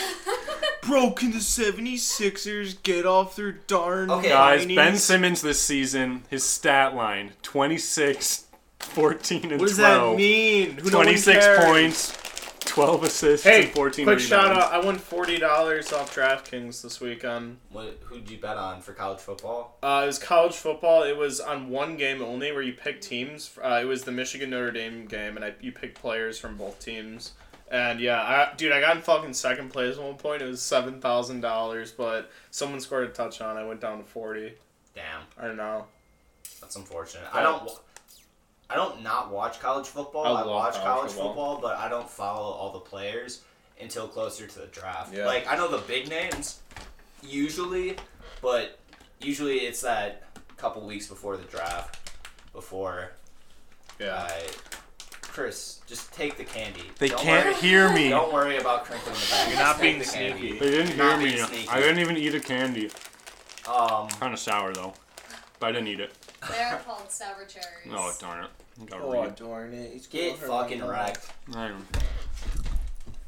E: Bro, can the 76ers get off their darn
A: Okay.
C: Guys,
E: whinies?
C: Ben Simmons this season, his stat line 26, 14, and
E: What does
C: 12.
E: that mean? Who no one
C: 26
E: cares?
C: points, 12 assists,
B: Hey,
C: and 14
B: quick
C: rebounds.
B: shout out! I won forty dollars off DraftKings this weekend.
A: What, who'd you bet on for college football?
B: Uh, it was college football. It was on one game only where you pick teams. Uh, it was the Michigan Notre Dame game, and I, you picked players from both teams. And yeah, I, dude, I got in fucking second place at one point. It was seven thousand dollars, but someone scored a touchdown. I went down to forty.
A: Damn,
B: I don't know.
A: that's unfortunate. I don't. wa- I don't not watch college football.
B: I
A: I,
B: love
A: watch
B: college
A: college
B: football.
A: football. but I don't follow all the players until closer to the draft.
B: Yeah.
A: Like I know the big names usually, but usually it's that couple weeks before the draft. Before
B: Yeah,
A: I, Chris, just take the candy.
C: They
A: Don't
C: can't
A: worry-
C: hear me.
A: Don't worry about crinkling the bag.
D: You're
A: Just
E: not
A: take
E: being
A: the candy.
E: sneaky.
C: They didn't hear
A: Not
C: me.
A: being sneaky.
C: I didn't even eat a candy.
A: Um,
C: Kind of sour though, but I didn't eat it.
D: They're um, called sour cherries.
C: Oh darn it! I got read.
E: darn it. He's
A: get fucking wrecked.
C: I am-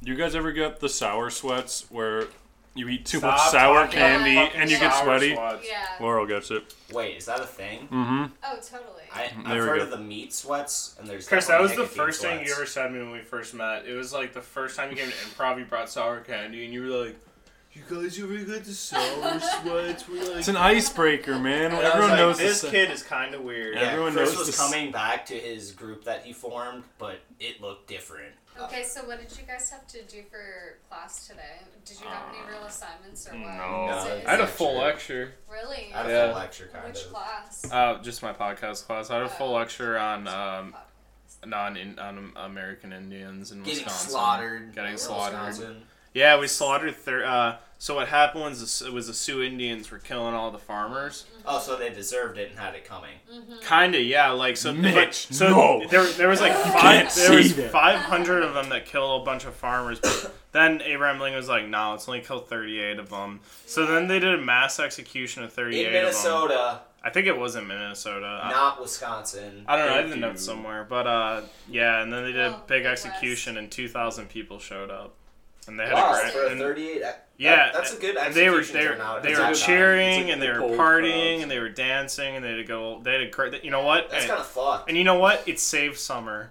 C: Do you guys ever get the sour sweats where you eat too
B: Stop
C: much sour
B: talking
D: about
C: candy
D: fucking
C: and you get
B: Sour
C: sweaty?
B: sweats.
D: Yeah.
C: Laurel gets it.
A: Wait, is that a thing?
C: Mm-hmm.
D: Oh, totally.
A: I, I've
C: There we
A: heard
C: go.
A: of the meat sweats, and there's
B: Chris, that
A: definitely
B: was the
A: nicotine
B: first thing you
A: sweats.
B: ever said to me when we first met. It was like the first time you came to improv, you brought sour candy, and you were like,
E: You guys ever get the sour sweats? We're like,
C: It's an icebreaker, man.
B: and I was
C: Everyone
B: like,
C: knows
B: this uh,
C: this.
B: kid is kind of weird.
A: Yeah,
C: Everyone
A: Chris
C: knows
A: was
C: this.
A: coming back to his group that he formed, but it looked different.
D: Okay, so what did you guys have to do for class today? Did you have any real assignments or what?
C: no.
D: Is it- is
A: No.
B: Uh, I had a
D: it-
B: full lecture.
D: Really?
A: Out of
B: Yeah.
A: the lecture, kind
D: Which
A: of.
D: class?
B: Uh, just my podcast class. I had a full lecture on um, non in, on American Indians in
A: Getting
B: Wisconsin.
A: slaughtered.
B: Getting
A: in
B: slaughtered.
A: Wisconsin.
B: Yeah, we slaughtered. Thir- uh,
E: So what happened was the, was the Sioux Indians were killing all the farmers.
A: Oh, so they deserved it and had it coming.
D: Mm-hmm.
E: Kinda, yeah. Like so,
C: Mitch,
E: but- so
C: no.
E: there there was like
C: can't
E: five there was
C: say that.
E: five hundred of them that kill a bunch of farmers. But then Abraham Lincoln was like, "No, let's only kill thirty eight of them." So then they did a mass execution of thirty
A: In
E: eight of them.
A: Minnesota,
E: I think it was in Minnesota. I-
A: not Wisconsin.
E: I don't know. I
C: Thank
E: didn't know
C: you.
E: it's somewhere, but uh, yeah. And then they did a
D: Oh,
E: big
D: Midwest.
E: execution, and two thousand people showed up, and they had
A: Wow,
E: a great.
A: for a
E: and-
A: 38. that-
E: yeah,
A: that- that's a good
E: and they were
A: execution
E: they were,
A: turnout
E: they
A: at
E: were
A: that time.
E: cheering
C: It's like
E: and they
C: the
E: were
C: cold
E: partying
C: crowds.
E: and they were dancing and they had to go they had a great you know what
A: That's
E: and,
A: kind of fucked.
E: and you know what it saved summer.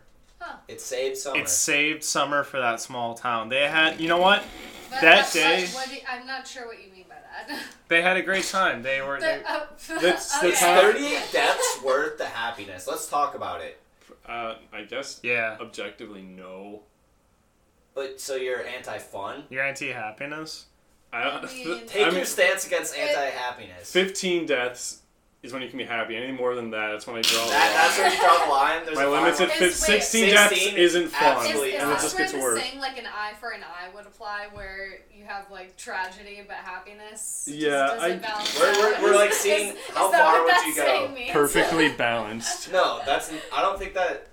A: It saved summer.
E: it saved summer for that small town they had you know what
D: But
E: That
D: I'm
E: day-
D: Not, what do you- I'm not sure what you mean by that.
E: they had a great time they were they,
D: The- uh,
B: That's the
D: okay.
A: It's
B: time-
A: 38 deaths worth the happiness. Let's talk about it.
C: Uh, I guess
E: yeah
C: objectively no.
A: But so you're anti-fun?
E: your anti happiness
C: I,
D: I mean-
A: Take
C: I mean,
A: your stance against
D: It-
A: anti-happiness.
C: fifteen deaths is when you can be happy. Anything more than that, that's when I draw. the
A: That,
C: line.
A: that's where you draw the line. There's
C: My
A: a
C: limit's at
A: line.
D: Is-
C: fif-
D: wait,
C: 16
A: 16
C: deaths isn't fun.
A: absolutely
D: Is, is
A: And it
D: this
A: just
D: where
C: gets
D: the
C: worse.
D: saying like an eye for an eye would apply, where you have like tragedy but happiness? just
C: Yeah,
D: doesn't
C: I-
D: balance
A: We're-
D: out?
A: we're- we're, like,
D: Is-
A: seeing
D: is
A: how
D: that
A: far
D: what
A: would
D: that
A: you go.
D: saying means?
C: perfectly balanced.
A: No, that's I don't think that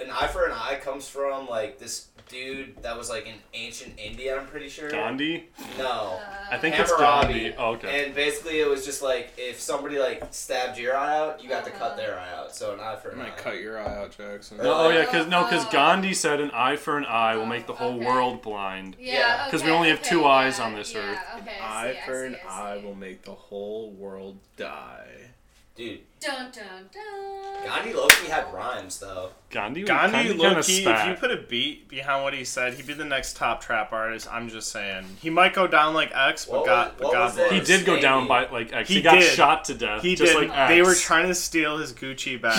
A: an eye for an eye comes from like this dude that was like in ancient India. I'm pretty sure.
C: Gandhi,
A: No.
D: Uh,
C: I think it's
A: Hammurabi.
C: Gandhi. Oh, okay.
A: And basically, it was just like if somebody like stabbed your eye out, you got to
D: Uh-huh.
A: cut their eye out. So an eye for
B: I'm
A: an
B: gonna
A: eye.
B: cut your eye out, Jackson.
C: No, oh yeah, because no, because
D: Oh.
C: Gandhi said an eye for an eye will make the whole
D: Okay.
C: world blind.
A: Yeah.
D: Yeah,
C: 'Cause we
D: okay,
C: only have
D: okay,
C: two
D: yeah,
C: eyes on this
D: yeah,
C: earth.
D: Okay, I
B: Eye
D: see, I
B: for
D: see,
B: an
D: I
B: eye
D: see.
B: will make the whole world die.
A: Dude,
D: Dun dun dun.
A: Gandhi Loki had rhymes though.
C: Gandhi, was
E: Gandhi,
C: kinda- kinda
E: low key, if
C: spat.
E: you put a beat behind what he said, he'd be the next top trap artist. I'm just saying. He might go down like X, but
A: What
E: God,
A: was-
E: but
A: what
E: God
A: was it?
C: he
E: bless.
C: did go down
A: Maybe.
C: by like X. He,
E: He
C: got
E: did.
C: shot to death.
E: He
C: just
E: did.
C: like X.
E: they were trying to steal his Gucci bag.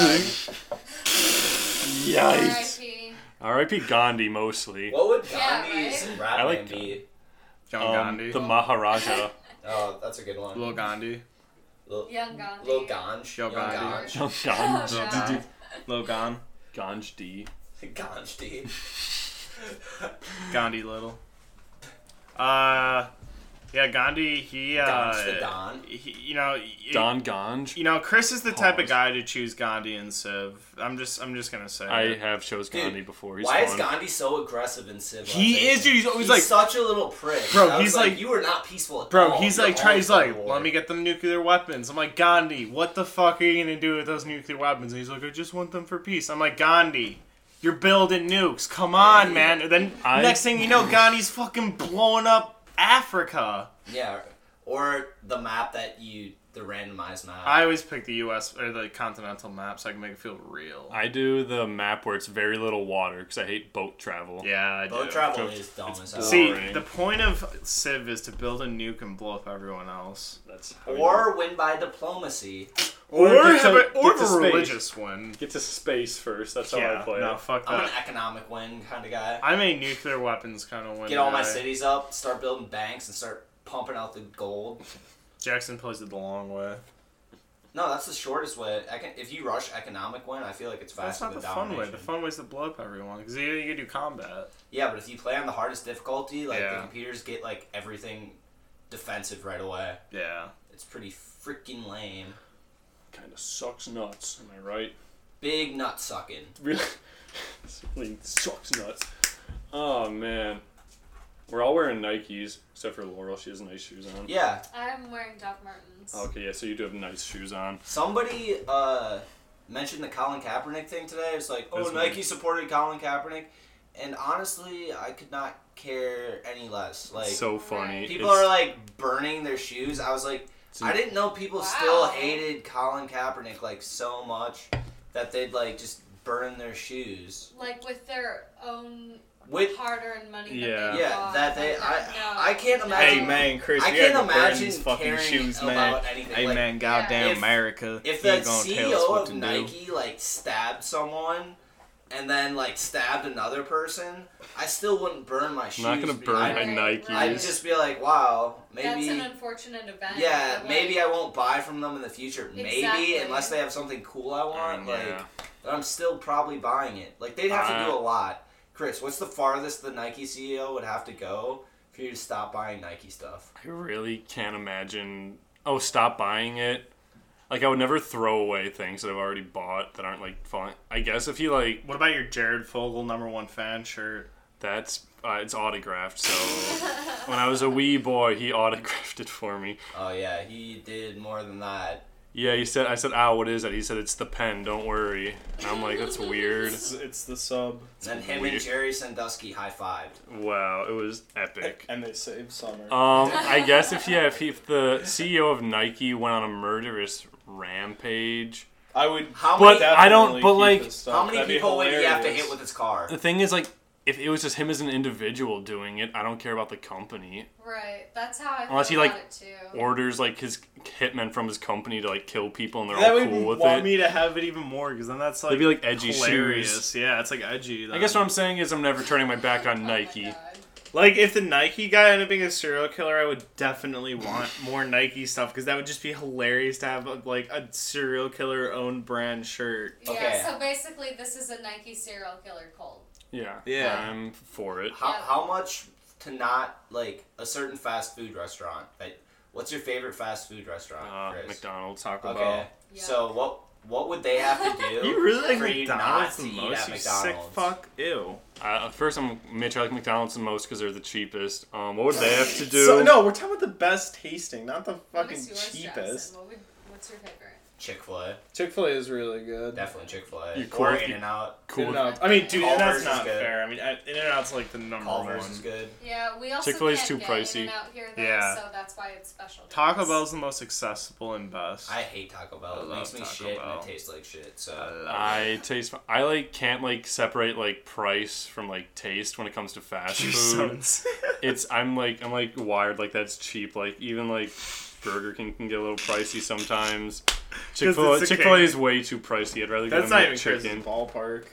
C: Yikes.
D: R.I.P.
C: R.I.P. Gandhi mostly.
A: What would
D: Yeah,
A: Gandhi's
D: right?
A: rap
C: I
A: name
C: like
A: be?
E: John
C: Um,
E: Gandhi.
C: the Maharaja.
A: Oh, that's a good one.
E: Lil Gandhi.
A: Lil,
D: Young Gandhi.
A: Lil Ganj.
E: Yo, Gandhi.
A: Ganj.
C: John Gandhi.
D: Oh,
E: Gandhi.
D: God.
E: Lil Gan.
C: Ganji.
A: Ganj, dude.
E: Gandhi Little. Uh, yeah, Gandhi, he, uh,
A: Ganj the Don.
E: he, you know, he-
C: Don Ganj.
E: you know, Chris is the type
C: Pause.
E: of guy to choose Gandhi and Civ. I'm just, I'm just gonna say.
C: I
E: it.
C: have chose
A: Dude,
C: Gandhi before. He's
A: Why is
C: fun.
A: Gandhi so aggressive in civilization?
E: he is. Dude, he's always
A: He's
E: like,
A: such a little prick.
E: Bro,
A: I was
E: he's like-
A: you are not peaceful at
E: Bro,
A: all.
E: he's
A: You're
E: like trying. He's
A: always
E: like,
A: at war.
E: let me get them nuclear weapons. I'm like Gandhi. What the fuck are you gonna do with those nuclear weapons? And he's like, I just want them for peace. I'm like Gandhi. You're building nukes. Come on, man. And then
C: I-
E: next thing you know, Gandhi's fucking blowing up Africa.
A: Yeah, or the map that you, the randomized map.
E: I always pick the U.S. or the continental map so I can make it feel real.
C: I do the map where it's very little water because I hate boat travel.
E: yeah, I
A: Boat
E: do.
A: travel
C: It's
A: is dumb as hell.
E: See,
C: Boring.
E: the point of Civ is to build a nuke and blow up everyone else,
C: That's how you-
A: or win by diplomacy.
E: or
C: get
E: have
C: to-
E: a, or
C: get to
E: have a
C: space.
E: religious one.
C: Get to space first. That's how I
E: Yeah,
C: play.
E: no,
C: it.
E: fuck
A: I'm an
E: that.
A: economic win kind of guy.
E: I'm a nuclear weapons kind of winner.
A: Get all my
E: guy.
A: cities up, start building banks, and start pumping out the gold.
E: Jackson plays it the long way.
A: No, that's the shortest way. I can, if you rush economic win, I feel like it's
E: That's
A: faster
E: not the
A: than
E: fun way.
A: domination.
E: The fun way is to blow up everyone because you, you do combat.
A: Yeah, but if you play on the hardest difficulty, like the
E: Yeah.
A: computers get like everything defensive right away.
E: Yeah.
A: It's pretty freaking lame.
C: Kind of sucks nuts. Am I right?
A: Big nut sucking.
C: Really, this really sucks nuts. Oh man, we're all wearing Nikes except for Laurel. She has nice shoes on.
A: Yeah,
D: I'm wearing Doc Martens.
A: Oh,
C: Okay, yeah. So you do have nice shoes on.
A: somebody uh, mentioned the Colin Kaepernick thing today. It's like, oh,
C: That's
A: Nike
C: weird.
A: supported Colin Kaepernick, and honestly, I could not care any less. Like
C: so funny.
A: people
C: It's-
A: are like burning their shoes. I was like,
C: It's
A: I didn't know people
D: Wow.
A: still hated Colin Kaepernick like so much that they'd like just burn their shoes
D: Like with their own
A: with
D: hard-earned money.
E: Yeah.
D: That they
A: Yeah,
D: bought.
A: that they-
D: Like,
A: I-
D: no,
A: I can't
D: no.
A: imagine- Hey, man.
E: Chris,
A: I can't imagine caring about anything. like,
E: goddamn
A: If-
E: America.
A: if
E: you
A: the
E: ain't gonna tell us
A: CEO
E: what
A: of
E: to do.
A: Nike like stabbed someone and then like stabbed another person, I still wouldn't burn my shoes.
C: I'm not gonna
A: be-
C: burn my
A: I'd,
D: Right,
C: Nikes.
D: right.
A: I'd just be like, wow,
D: That's an
A: maybe.
D: unfortunate event.
A: Yeah,
D: but, like,
A: maybe I won't buy from them in the future.
D: Exactly.
A: Maybe unless they have something cool I want,
C: Um,
A: like
C: yeah.
A: but I'm still probably buying it. Like they'd have to
C: Uh,
A: do a lot. Chris, what's the farthest the Nike CEO would E have to go for you to stop buying Nike stuff.
C: I really can't imagine. Oh, stop buying it. Like I would never throw away things that I've already bought that aren't like fun. I guess if he like
E: What about your Jared Fogle number one fan shirt?
C: that's uh, it's autographed. So when I was a wee boy, he autographed it for me.
A: Oh yeah, he did more than that.
C: Yeah, he said. I said, "Ow, what is it?" He said, "It's the pen. Don't worry." And I'm like, "That's weird."
B: It's, it's the sub,
A: And then him
C: weird.
A: and Jerry Sandusky high fived.
C: Wow, it was epic.
B: and they saved
A: uh,
B: Summer.
C: Um, I guess if yeah, if, he, if the CEO of Nike went on a murderous rampage,
B: I would.
A: How
C: But
A: many?
C: I don't-
B: definitely
C: but,
B: keep
C: like,
B: this stuff.
A: how many
B: That'd be
A: people would he have to
B: hilarious.
A: hit with his car?
C: the thing is like, if it was just him as an individual doing it, I don't care about the company.
D: Right. That's how I feel
C: Unless he,
D: about
C: like,
D: it too.
C: Orders like his hitmen from his company to like kill people, and they're
E: That
C: all
E: would
C: cool with
E: want
C: it.
E: me to have it even more because then that's
C: They'd
E: like,
C: be like edgy
E: hilarious.
C: shoes.
E: Yeah, it's like edgy.
C: I guess what I'm saying is I'm never turning my back
D: Oh
C: on
D: my
C: Nike.
D: God.
E: Like if the Nike guy ended up being a serial killer, I would definitely want more Nike stuff because that would just be hilarious to have a, like a serial killer owned brand shirt.
D: Yeah.
A: Okay.
D: So basically, this is a Nike serial killer cult.
C: Yeah,
E: Yeah.
C: I'm for it.
A: How,
D: Yeah.
A: how much to not like a certain fast food restaurant? Like, what's your favorite fast food restaurant?
C: Uh,
A: Chris?
C: McDonald's, Taco
A: Okay.
C: Bell.
D: Yeah.
A: So what what would they have to do?
E: You really like
A: for you not
E: McDonald's the
A: to eat
E: most?
A: at
E: You sick
A: McDonald's?
E: fuck. Ew.
C: Uh, first, I'm Mitch. I like McDonald's the most because they're the cheapest. Um, what would they have to do?
E: So no, we're talking about the best tasting, not the
D: What
E: fucking
D: is yours,
E: cheapest.
D: Jackson? What would, what's your favorite?
A: Chick Fil A,
B: Chick Fil A is really good.
A: definitely Chick Fil
C: You
A: A.
C: cool
A: Or
C: if you-
A: In and Out.
C: Cool.
B: Enough.
E: I mean, dude, and
A: Culver's
E: that's
A: is
E: not
A: good.
E: fair. I mean, In and Out's like the number
A: Culver's
E: one.
A: is good.
D: Yeah, we also
C: Chick-fil-A's
D: can't
C: too
D: get
C: pricey.
D: In-N-Out here though,
E: Yeah.
D: so that's why it's special. to
E: Taco
D: us.
E: Bell's the most accessible and best.
A: I hate Taco Bell.
E: I
A: It
E: love
A: makes me
E: Taco
A: shit
E: Bell. Uh,
A: and it tastes like shit.
E: I
A: So
E: love
C: I taste. I like can't like separate like price from like taste when it comes to fast
E: You're so
C: food.
E: insane.
C: It's I'm like I'm like wired like that's cheap. Like even like Burger King can get a little pricey sometimes. Chick Fil A
E: it's a
C: Chick Fil A
E: king.
C: is way too pricey. I'd rather get
E: That's not
C: a
E: even
C: chicken.
E: Chris's
B: Ballpark.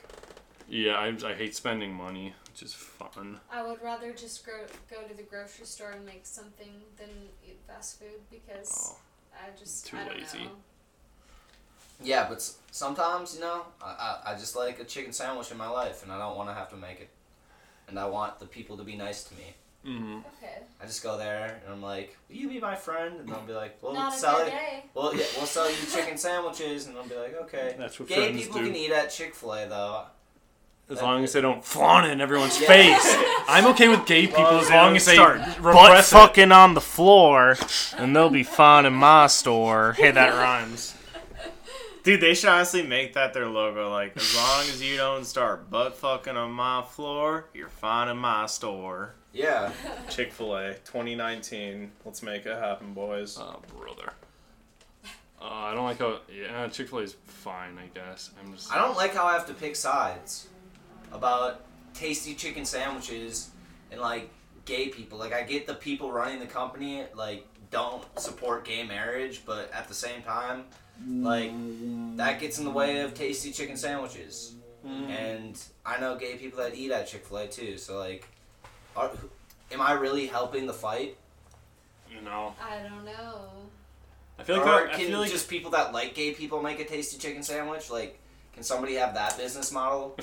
C: Yeah, I, I hate spending money, which is fun.
D: I would rather just go go to the grocery store and make something than eat fast food because
C: Oh,
D: I just
C: too
D: I don't
C: lazy.
D: Know.
A: yeah, but s- sometimes you know, I, I I just like a chicken sandwich in my life, and I don't want to have to make it. And I want the people to be nice to me.
E: Mm-hmm.
C: Mm.
D: Okay.
A: I just go there and I'm like, "Will you be my friend?" And they'll be like, "Well,
D: Not a
A: sell
D: good
A: it.
D: day.
A: Well, yeah, we'll sell you chicken sandwiches." And I'll be like, "Okay."
C: That's what
A: Gay
C: friends
A: people
C: do.
A: can eat at Chick Fil A though.
C: As
A: That-
C: long as they don't flaunt it in everyone's
A: Yeah.
C: face. I'm okay with gay people
E: Well,
C: as
E: they
C: long
E: don't
C: as they
E: start
C: repress it.
E: on the floor, and they'll be fine in my store. Hey, that rhymes. Dude, they should honestly make that their logo. Like, as long as you don't start butt fucking on my floor, you're fine in my store.
A: Yeah.
B: Chick Fil A, 2019. Let's make it happen, boys.
C: Oh, brother. Uh, I don't like how. Yeah, Chick Fil A's fine, I guess. I'm just.
A: I don't like how I have to pick sides about tasty chicken sandwiches and like gay people. Like I get the people running the company like don't support gay marriage, but at the same time, like that gets in the way of tasty chicken sandwiches. And I know gay people that eat at Chick Fil A too. So like, are, am I really helping the fight?
C: You know.
D: I don't know.
C: I feel like.
A: or
C: that- I
A: can
C: feel like.
A: just people that like gay people make a tasty chicken sandwich? Like, can somebody have that business model?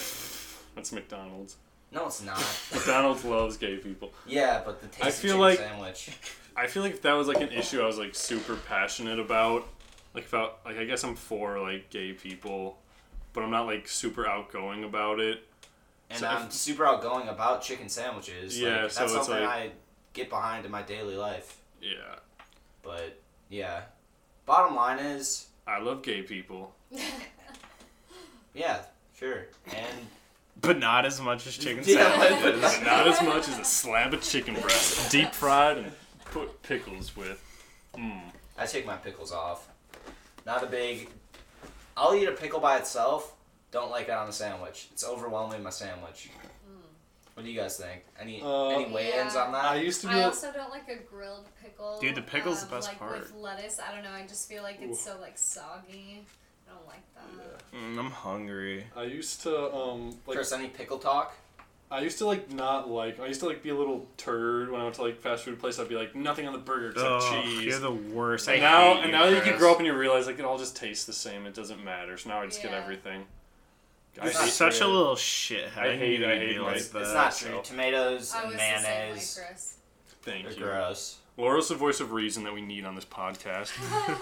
C: That's McDonald's.
A: No, it's not.
C: McDonald's loves gay people.
A: Yeah, but the tasty
C: feel
A: chicken
C: like-
A: sandwich.
C: I feel like if that was like an issue I was like super passionate about, like about like I guess I'm for like gay people, but I'm not like super outgoing about it.
A: And
C: So
A: I'm
C: if-
A: super outgoing about chicken sandwiches.
C: Yeah,
A: like, that's
C: so it's
A: something
C: like-
A: I get behind in my daily life.
C: Yeah.
A: But yeah, bottom line is,
C: I love gay people.
A: yeah, sure. And
E: But not as much as chicken
A: Yeah, but-
E: sandwich.
C: But not as much as a slab of chicken breast, deep fried and put pickles with. Mm.
A: I take my pickles off. Not a big. I'll eat a pickle by itself. Don't like it on a sandwich. It's overwhelming my sandwich.
D: Hmm.
A: What do you guys think? Any
B: Uh,
A: any weigh-ins
D: Oh, Yeah.
A: on that?
B: I used to be.
D: I
B: a-
D: also don't like a grilled pickle.
E: Dude, the pickle's the
D: um,
E: best
D: like With
E: part.
D: lettuce, I don't know. I just feel like it's so like soggy. I don't like that.
E: Mm, I'm hungry.
C: I used to um like
A: Chris, any pickle talk?
C: I used to like not like. I used to like be a little turd when I went to like fast food place. I'd be like nothing on the burger except
E: Ugh,
C: cheese.
E: you're the worst. I
C: and now,
E: hate
C: and
E: you,
C: now that you
E: Chris.
C: grow up and you realize like it all just tastes the same. It doesn't matter. So now I just
D: Yeah.
C: get everything. I
E: You're
A: It's not
C: hate
E: such a
C: bread.
E: little shithead.
C: I hate-
E: You
C: I
E: need to
C: hate
E: be
C: my-
E: like
A: It's,
E: that.
A: it's not true. Tomatoes
D: I
A: and
D: was the same way,
A: mayonnaise.
D: Chris.
C: Thank
A: They're
C: you.
A: gross.
C: Laura's the voice of reason that we need on this podcast,
D: Hmm.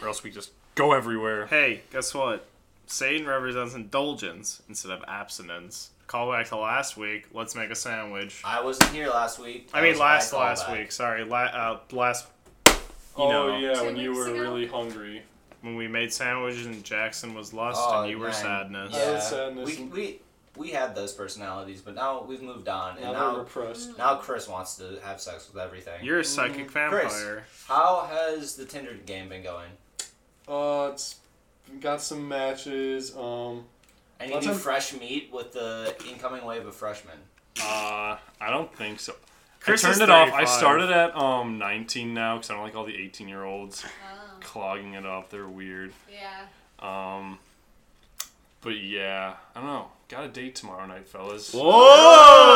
C: or else we just go everywhere.
E: Hey, guess what? Satan represents indulgence instead of abstinence. Call back to last week. Let's make a sandwich.
A: I wasn't here last week.
E: I
A: That
E: mean,
A: was my
E: last last
A: callback.
E: week. Sorry, la- uh, last You
C: oh
E: know.
C: yeah,
D: Two
C: when you
D: weeks
C: were
D: ago?
C: really hungry.
E: when we made sandwiches and Jackson was lust
A: Oh,
E: and you were
A: man.
E: sadness.
C: I was sadness
A: We,
C: and-
A: we we had those personalities, but now we've moved on, and
C: Now
A: now
C: they're repressed.
A: now Chris wants to have sex with everything.
E: You're a
A: Mm,
E: psychic vampire.
A: How has the Tinder game been going?
C: Uh, it's got some matches. Um,
A: Any
C: Well,
A: new
C: it's-
A: fresh meat with the incoming wave of freshmen?
C: uh, I don't think so.
E: Chris
C: I
E: is
C: turned it off. I
E: 35.
C: started at um 19 now because I don't like all the 18 year olds
D: Wow.
C: clogging it up. They're weird.
D: Oh, Yeah.
C: Um, but yeah, I don't know. Got a date tomorrow night, fellas.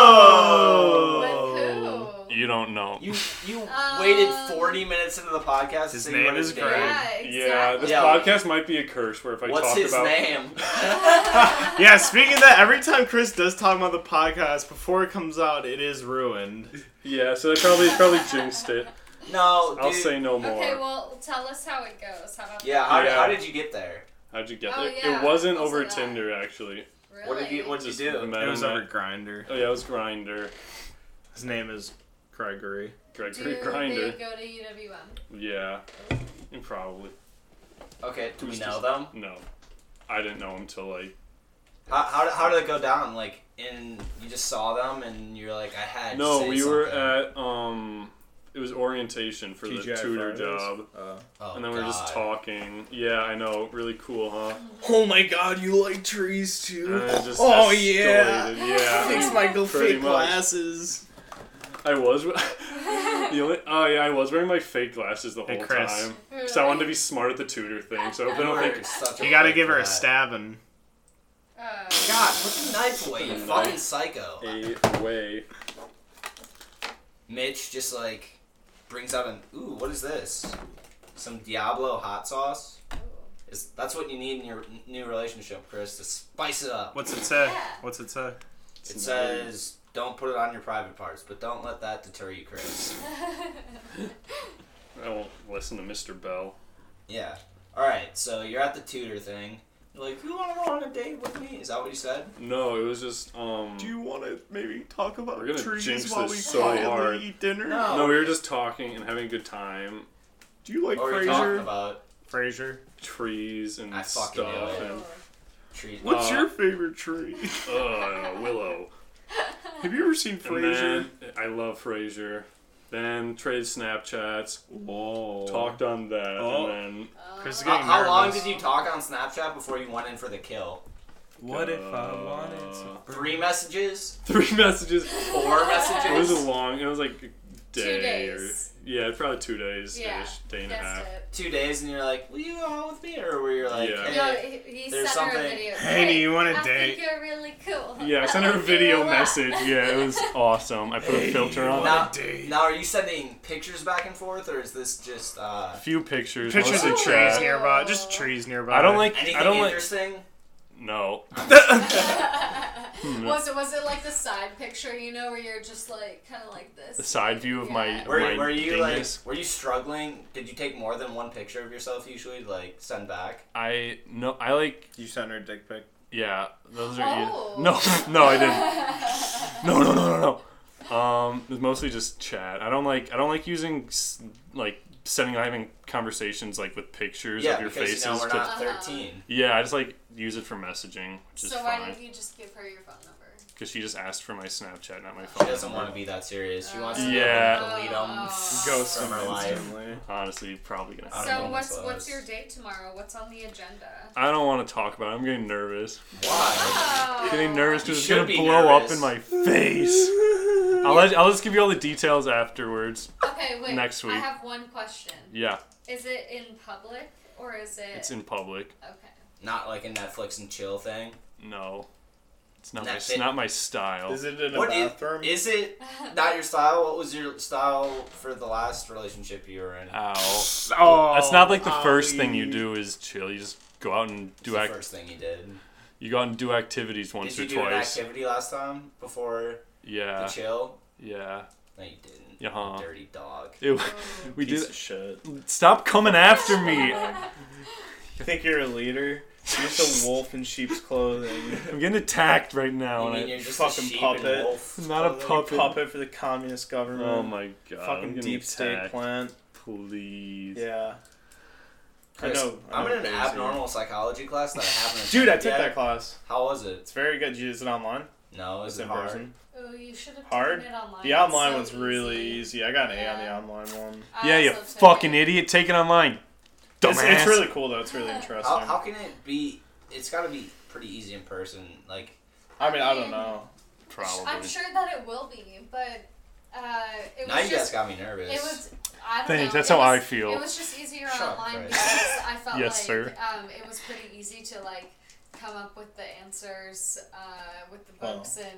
E: Oh! Whoa!
D: With who?
C: You don't know.
A: You you
D: Um,
A: waited forty minutes into the podcast.
E: His
A: to say you
E: name
A: wanted
E: is
A: to date.
E: Greg.
D: Yeah, exactly.
C: Yeah, this
A: Yeah.
C: podcast might be a curse where if I
A: What's
C: talk
A: his
C: about
A: name?
E: Yeah, speaking of that, every time Chris does talk about the podcast, before it comes out, it is ruined.
C: yeah, so that probably probably jinxed it.
A: no, dude.
C: I'll say no more.
D: Okay, well, tell us how it goes. How about
A: yeah, how,
C: Yeah.
A: how did you get there?
C: How'd you get
D: Oh,
C: there?
D: yeah,
C: it wasn't
D: also
C: over
D: that.
C: Tinder actually.
D: that? Really?
A: What did you What did
C: Just
A: you do?
C: met
E: It was
C: him
E: over
C: at-
E: Grinder.
C: Oh yeah, it was Grinder.
E: His name is Gregory.
D: do
C: Gregory
D: they
C: Grinder.
D: go to UWM?
C: Yeah, probably.
A: Okay, do we
C: Who's
A: know
C: just-
A: them?
C: No, I didn't know him till like
A: How, how, did- how did it go down? Like, in you just saw them and you're like, I had. to
C: no.
A: say
C: We were
A: something.
C: at um, it was orientation for the
B: TGI
C: tutor
B: Fridays?
C: job,
B: Uh,
A: Oh,
C: and then we were just
A: God.
C: talking. Yeah, I know. Really cool, huh?
B: oh my god, you like trees too.
C: And it just
E: Oh,
C: escalated.
E: yeah.
C: yeah.
D: Thanks, Michael,
C: Pretty fake much.
E: glasses.
C: I was. the only, oh yeah, I was wearing my fake glasses the whole
E: Hey, Chris.
C: time because I wanted to be smart at the tutor thing. So I
A: You
C: don't
A: were
C: think.
A: such
E: You gotta
A: prick
E: give her
A: for
E: a
A: that.
E: stabbing.
D: Uh,
A: God, put the knife away, you
C: Knife.
A: fucking psycho.
C: A way.
A: Mitch just like brings out an ooh, what is this? Some Diablo hot sauce. Is that's what you need in your n- new relationship, Chris, to spice it up.
E: What's it say?
D: Yeah.
E: What's it say?
A: It says don't put it on your private parts, but don't let that deter you, Chris.
C: I won't listen to Mr. Bell.
A: Yeah. All right. So you're at the tutor thing. You're like, you want to go on a date with me? Is that what you said?
C: No, it was just um.
E: want to maybe talk about
C: We're gonna trees jinx while this we so quietly hard.
E: eat dinner?
A: No.
C: No, we were just talking and having a good time.
E: Do you like
A: What were you Oh, talking about?
E: Frasier.
C: Trees and
A: I fucking knew
C: stuff
A: it.
C: and
A: Trees.
C: What? Uh,
E: favorite tree?
C: uh, Willow.
E: Have you ever seen
C: And then I love Frasier. Then trade Snapchats.
E: Whoa.
C: Talked on that,
E: Oh.
C: and then
E: Chris is
A: How,
E: getting
A: how long
E: nervous.
A: did you talk on Snapchat before you went in for the kill?
E: What
C: if I wanted
E: Uh,
C: to
A: Three messages?
C: three messages.
A: Four
C: It was
A: messages?
C: a long. It was like a day.
D: days.
C: Or, yeah, probably two days.
D: Yeah,
C: ish, day and a half.
D: Guessed it.
A: two days and you're like, will you go out with me? Or were you like,
C: Yeah.
A: "Hey,
D: No, he, he sent
A: there's
D: her a
A: something-
D: video.
E: Hey, do you want a
D: I
E: date?
D: think you're really cool.
C: Yeah, I sent her a
D: You're
C: video
D: right.
C: message. Yeah, it was awesome. I put a filter on.
A: Now-
C: it.
E: a date.
A: now are you sending pictures back and forth or is this just uh,
C: A few pictures.
E: Pictures
C: mostly
E: of
D: Ooh.
E: trees
C: chat.
E: nearby. Just trees nearby.
C: I don't like.
A: anything
C: I don't like.
A: interesting?
C: No. Hmm,
D: was it was it like the side picture, you know, where you're just like kind of like this?
C: The side view of my.
D: Yeah.
A: Were,
C: my
A: were you
C: dingus.
A: like, were you struggling? Did you take more than one picture of yourself usually to like send back?
C: I no. I like.
E: You sent her a dick pic.
C: Yeah. Those are. e-
D: Oh.
C: No. No, I didn't. No. No. No. No. No. Um. It was mostly just chat. I don't like. I don't like using s- like sending having conversations like with pictures
A: yeah,
C: of your
A: because
C: faces.
A: you know we're
C: to-
A: not
D: Uh-huh.
A: 13.
C: yeah, I just like use it for messaging, which is
D: so why
C: fine.
D: didn't you just give her your phone number?
C: Because she just asked for my Snapchat, not my phone.
A: She doesn't want to be that serious. She wants to
C: Yeah.
A: delete them.
D: Oh.
E: Ghost
A: From her life.
C: Honestly, probably gonna.
A: I don't know
D: So
A: what
D: what's
A: that
D: what's
A: was.
D: your date tomorrow? What's on the agenda?
C: I don't want to talk about it. I'm getting nervous.
A: Why?
D: Oh.
C: Getting nervous because it's
A: should
C: gonna
A: be
C: blow
A: nervous.
C: up in my face. I'll, let, I'll just give you all the details afterwards.
D: Okay, wait.
C: next
D: I
C: week.
D: have one question.
C: Yeah,
D: Is it in public or is it?
C: it's in public.
D: Okay.
A: Not like a Netflix and chill thing.
C: No, it's not.
A: Not
C: My, it's
A: fit.
C: not my style.
B: Is it in a
A: What is-
B: bathroom?
A: Is it not your style? What was your style for the last relationship you were in?
C: Uh, Ow.
E: Oh,
C: That's not like the first thing you do is chill. You just go out and
A: What's
C: do
A: the
C: act.
A: first thing you did.
C: You go out and do activities once
A: Did you
C: or
A: do an
C: twice.
A: activity last time before
C: Yeah,
A: the chill?
C: yeah.
A: No, you didn't.
C: Uh-huh.
A: Dirty dog.
D: Oh.
C: Ew. we
E: Piece
C: did.
E: of shit.
C: Stop coming after me.
E: You think you're a leader? You're just a wolf in sheep's clothing.
C: I'm getting attacked right now.
A: You
C: And
A: mean
C: I,
A: you're just
E: fucking
A: a sheep
E: puppet.
A: And wolf?
C: I'm not a puppet.
E: Puppet for the communist government.
C: Oh my god. I'm
E: Fucking
C: getting
E: deep state
C: attacked.
E: plant.
C: Please.
E: Yeah.
A: Chris,
E: I know. I
A: I'm
E: know
A: in an
E: crazy.
A: abnormal psychology class that I haven't.
E: Dude, I
A: attended
E: took
A: yet.
E: that class.
A: How was it?
E: It's very good. Did you- Is it online?
A: No,
E: It's
A: is it
E: in
A: hard?
E: person.
D: Ooh, Oh, you should have
E: Hard?
D: taken it online.
E: The
D: It's
E: online
D: so
E: one's really
D: easy.
E: easy. I got an A
D: Yeah.
E: on the online one.
D: I
C: Yeah, you
D: also took
C: fucking
D: it.
C: idiot. Take it online. Dumbass.
E: It's, it's really cool though. It's really interesting.
A: How, how can it be? It's got to be pretty easy in person. Like
E: I mean, I don't know.
C: Probably.
D: I'm sure that it will be, but uh, it was
A: now you guys
D: just
A: got me nervous.
D: it was. I don't
C: Thanks,
D: know.
C: that's
D: it
C: how
D: was,
C: I feel.
D: It was just easier
A: Shut up, Bryce.
D: online because I felt
C: Yes,
D: like
C: sir.
D: um, it was pretty easy to like come up with the answers uh, with the
E: Oh.
D: books and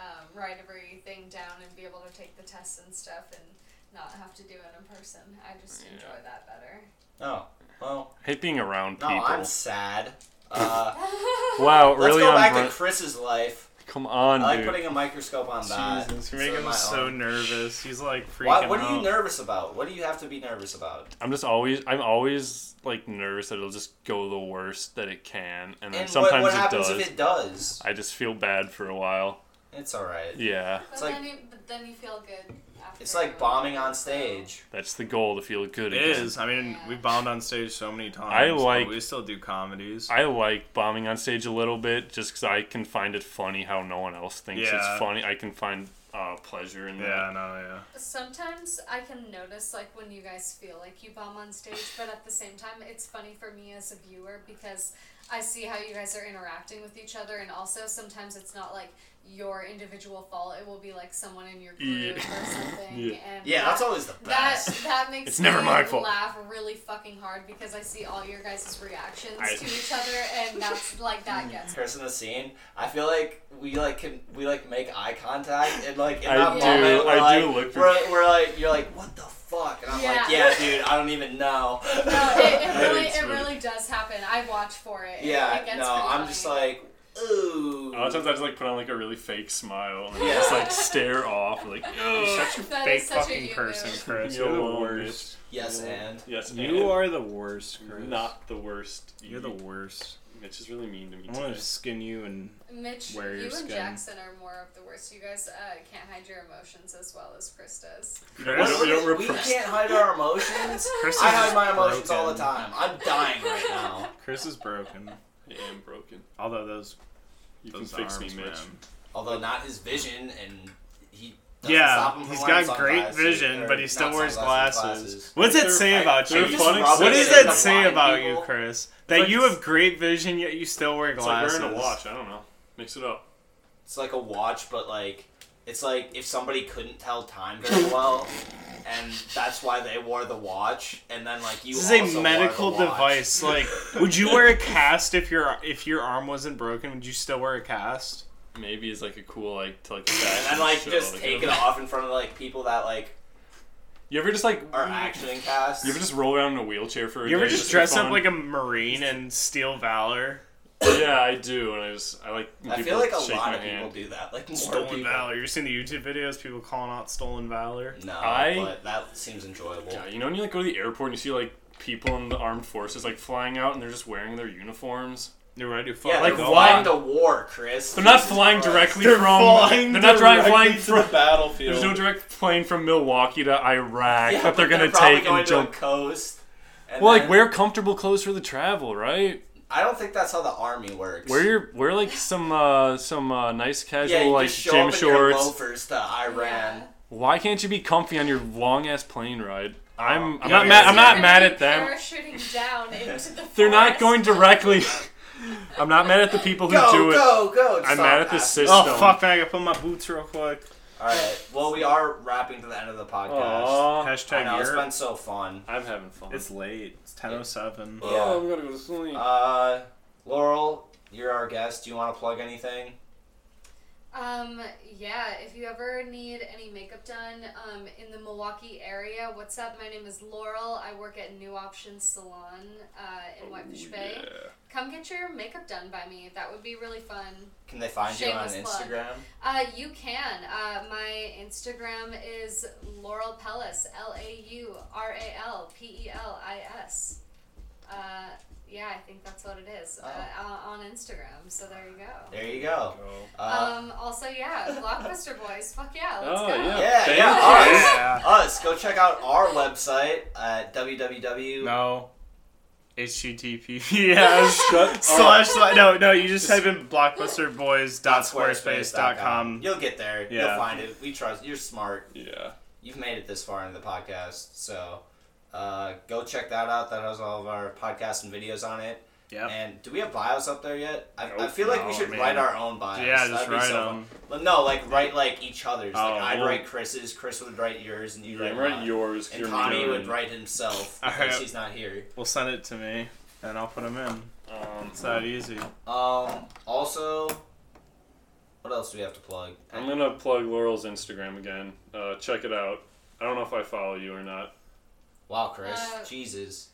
D: um, write everything down and be able to take the tests and stuff and not have to do it in person. I just
C: Yeah.
D: enjoy that better.
A: oh well,
C: I hate being around
A: no,
C: people.
A: I'm sad. Uh,
C: Wow,
A: let's
C: really
A: go
C: on
A: back
C: Brent.
A: to Chris's life.
C: Come on,
A: I like
C: dude.
A: putting a microscope on that.
E: Jesus, you're
A: So
E: making
A: am I
E: me so
A: on.
E: nervous. He's like freaking
A: Why, what are
E: out.
A: you nervous about? What do you have to be nervous about?
C: I'm just always I'm always like nervous that it'll just go the worst that it can, and
A: And
C: then
A: what,
C: sometimes
A: what
C: it
A: happens
C: does.
A: if it does?
C: I just feel bad for a while.
A: It's all right.
C: Yeah,
D: But
A: like-
D: then you, but then you feel good. After
A: It's like bombing on stage.
C: that's the goal to feel good.
E: It
C: again.
E: is. I mean, we've bombed on stage so many times.
C: I
E: but
C: like-
E: we still do comedies.
C: I like bombing on stage a little bit just because I can find it funny how no one else thinks
E: Yeah.
C: it's funny. I can find uh, pleasure in
E: yeah, no, yeah.
D: Sometimes I can notice like when you guys feel like you bomb on stage, but at the same time, it's funny for me as a viewer because I see how you guys are interacting with each other, and also sometimes it's not like your individual fault. It will be like someone in your
C: Yeah.
D: group or something.
C: Yeah.
D: And
A: Yeah,
D: that,
A: that's always the
D: that
A: best.
D: that makes
C: It's never
D: me
C: my fault.
D: laugh really fucking hard because I see all your guys' reactions
C: I- Mm.
D: to each other, and that's like that gets.
A: Chris in the scene, I feel like we like can we like make eye contact and like in
C: I
A: that
D: do,
A: moment we're
C: I do
A: like
C: look for-
A: we're, we're like you're like what the fuck and I'm like
D: Yeah.
A: yeah dude I don't even know.
D: No, it, it really,
C: It's
D: it
C: really-
D: really does happen. I watch for it. It-
A: yeah,
D: it gets
A: no,
D: pretty
A: I'm
D: funny.
A: just like ooh.
C: that. A lot of times I just like put on like a really fake smile and
A: Yeah.
C: just like stare off like
E: You're
C: "Ugh."
E: such a
D: That
E: fake
D: is such a
E: fucking
D: you
E: person,
D: move.
E: Chris.
C: You're
E: You're
C: the
E: the worst.
A: yes and
C: yes
E: You
C: and
E: are the worst, Chris.
C: not the worst.
E: You're the worst.
C: Mitch is really mean to me
E: I want
C: today.
E: to skin you and
D: Mitch,
E: Wear your
D: you and
E: skin.
D: Jackson are more of the worst. You guys uh, can't hide your emotions as well as Chris does.
C: You don't- you don't
A: we
C: repress
A: can't hide our emotions.
E: Chris is
A: I hide my emotions
E: broken.
A: all the time. I'm dying right now.
E: Chris is broken.
C: I am broken.
E: Although those
C: You
E: those
C: can fix
E: arms,
C: me, Mitch.
E: man.
A: Although not his vision, and he doesn't stop
E: Yeah,
A: him from
E: he's
A: wearing
E: got great
A: sunglasses,
E: vision,
A: or
E: but he still
A: not
E: wears
A: sunglasses,
E: glasses. What's
C: Like,
E: that
C: they're-
E: say about
C: they're
E: you?
C: funny
E: What does
C: glasses
E: that
C: that
E: say
A: blind
E: about
A: people-
E: you, Chris?
C: like-
E: That you have great vision, yet you still wear
C: It's
E: glasses.
C: like wearing a watch. I don't know. Mix it up.
A: It's like a watch, but like it's like if somebody couldn't tell time very well, and that's why they wore the watch, and then like you.
E: This
A: also
E: is
A: wore
E: a
A: the
E: medical
A: watch.
E: device. Like, would you wear a cast if your if your arm wasn't broken? Would you still wear a cast?
C: Maybe is like a cool like to like.
A: And then like just take it off in front of like people that like
C: You ever just like
A: are actually in cast.
C: You ever just roll around in a wheelchair for a
E: You ever
C: day
E: just
C: for
E: dress up
C: fun?
E: like a marine and steal valor?
C: Yeah, I do, and I just I like. when
A: I
C: people
A: feel like a
C: shake
A: lot
C: my
A: of people
C: hand.
A: do that. Like more
E: Stolen
A: people.
E: valor. You ever seen the YouTube videos? People calling out stolen valor.
A: No,
C: I-
A: but that seems enjoyable.
C: Yeah, you know when you like go to the airport and you see like people in the armed forces like flying out and they're just wearing their uniforms.
E: They're ready to fuck.
A: Yeah,
C: Like,
A: like
C: why-
A: flying to war, Chris.
C: They're not
A: Jesus
C: flying
A: Christ.
C: directly from. they're not dri- flying from.
E: battlefield.
C: There's no direct plane from Milwaukee to Iraq
A: Yeah,
C: that they're
A: but
C: gonna
A: probably
C: take
A: going
C: and
A: to a
C: jump.
A: coast. and
C: Well, like
A: then-
C: wear comfortable clothes for the travel, right?
A: I don't think that's how the army works.
C: Wear your wear like some uh some uh, nice casual
A: yeah, you
C: like
A: just show
C: gym
A: up in your
C: shorts.
A: loafers to Iran.
D: Yeah.
C: Why can't you be comfy on your long ass plane ride?
A: Oh,
C: I'm I'm
E: Yeah,
C: not mad
E: yeah.
C: Uh, I'm not
D: You're gonna
C: mad
D: be
C: at them.
D: Parachuting down into the
C: They're not
D: forest.
C: going directly. I'm not mad at the people who
A: Go,
C: do it.
A: go, go!
C: I'm
A: Stop
C: mad at the
A: that.
C: system.
E: Oh fuck! Man, I gotta put my boots real quick.
A: All right. Well, we are wrapping to the end of the
E: Oh,
A: podcast.
C: Aw,
A: Uh, I
E: Hashtag
A: know it's
E: Europe.
A: been so fun.
C: I'm having fun.
E: It's late. It's ten oh seven.
A: Yeah.
C: Oh, I'm gonna go to sleep.
A: Uh, Laurel, you're our guest. Do you want to plug anything?
D: Um, yeah, if you ever need any makeup done um, in the Milwaukee area, what's up? My name is Laurel. I work at New Options Salon
E: Oh,
D: uh, in Whitefish Bay. Come get your makeup done by me. That would be really fun.
A: Can they find you on
D: Shameless plug.
A: Instagram?
D: Uh, you can. Uh, my Instagram is Laurel Pellis, L A U R A L P E L I S. Uh, yeah, I think that's what it is uh, on on Instagram. So there you go.
A: There you go. Uh,
D: Um, also, yeah, Blockbuster Boys. Fuck yeah, let's
C: Oh,
D: go.
C: yeah.
A: yeah,
C: Thank
A: yeah,
C: you.
A: us.
E: Yeah.
A: Us. Go check out our website at www.
E: No. HTTPS slash slash no no you just type in blockbusterboys.squarespace.com
A: You'll get there. You'll
E: Yeah.
A: find it. We trust. You're smart.
C: Yeah.
A: You've made it this far in the podcast, so uh, go check that out. That has all of our podcasts and videos on it.
E: Yep.
A: And do we have bios up there yet? I, I
E: Nope.
A: feel like we
E: No,
A: should
E: man.
A: write our own bios.
E: yeah
A: That'd
E: just
A: be
E: write
A: so fun.
E: them
A: Well, no, like write like each other's.
E: Oh,
A: like I'd
E: well-
A: write Chris's, Chris would write yours, and you
C: Yeah,
A: write
C: write
A: mine.
C: yours. 'cause
A: And
C: you're
A: Tommy would
C: mean.
A: write himself
E: All
A: because
E: right.
A: he's not here.
E: well send it to me and I'll put them in
C: Um,
E: it's that easy
A: Um. Also, what else do we have to plug?
C: I'm gonna plug Laurel's Instagram again. Uh, check it out. I don't know if I follow you or not.
A: Wow, Chris,
D: Uh,
A: Jesus.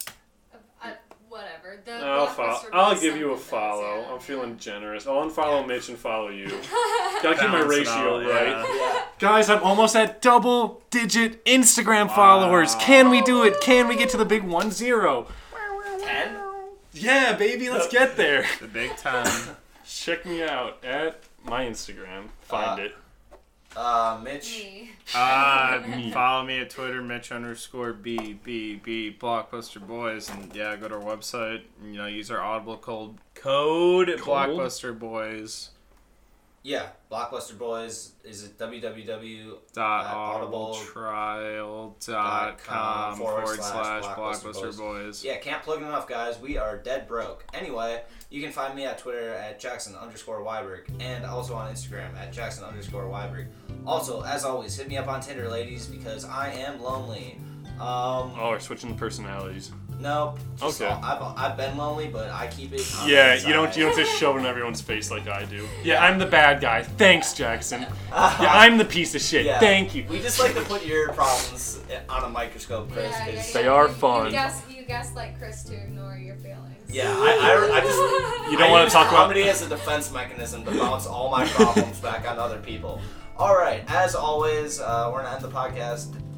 D: I, Uh, whatever. The
C: I'll follow.
D: Blockbuster
C: Oh, I'll
D: Boys
C: give you a
D: something does,
C: follow.
D: yeah.
C: I'm feeling generous. I'll unfollow
A: Yeah.
C: Mitch and follow you. Gotta keep my
E: Balance it
C: ratio
E: out,
C: right.
E: yeah.
A: yeah.
F: Guys, I'm almost at double digit Instagram followers. Can we do it? Can we get to the big 1 0?
A: Ten.
F: Yeah, baby,
C: Uh,
F: let's get there.
E: the big time
C: Check me out at my Instagram. Find
A: Uh,
C: it.
A: Uh, Mitch.
D: Me.
C: Ah,
E: uh, follow me at Twitter Mitch underscore B B B Blockbuster Boys and yeah go to our website and, you know use our Audible code code Blockbuster Boys
A: Yeah, Blockbuster Boys is it www.
E: dot
A: Dot
E: audibletrial dot com forward slash blockbuster boys.
A: Yeah, can't plug it enough, guys. We are dead broke. Anyway, you can find me at Twitter at Jackson underscore Weiberg and also on Instagram at Jackson underscore Weiberg. Also, as always, hit me up on Tinder, ladies, because I am lonely. Um,
C: Oh, we're switching personalities.
A: nope. Just-
C: Okay.
A: I've, I've been lonely, but I keep it. on the
C: Yeah, you don't
A: inside.
C: you don't just shove it in everyone's face like I do.
F: Yeah, I'm the bad guy. Thanks, Jackson. Yeah, I'm the piece of shit.
A: Yeah.
F: Thank you.
A: We just like to put your problems on a microscope, Chris.
D: Yeah, yeah,
A: 'cause-
D: yeah.
C: They are
D: You-
C: fun.
D: You guess, you guess like Chris to ignore your feelings.
A: Yeah, I, I, I just.
C: You don't
A: I
C: want
A: use
C: to talk about.
A: comedy as a defense mechanism to bounce all my problems back on other people. All right, as always, uh, we're gonna end the podcast.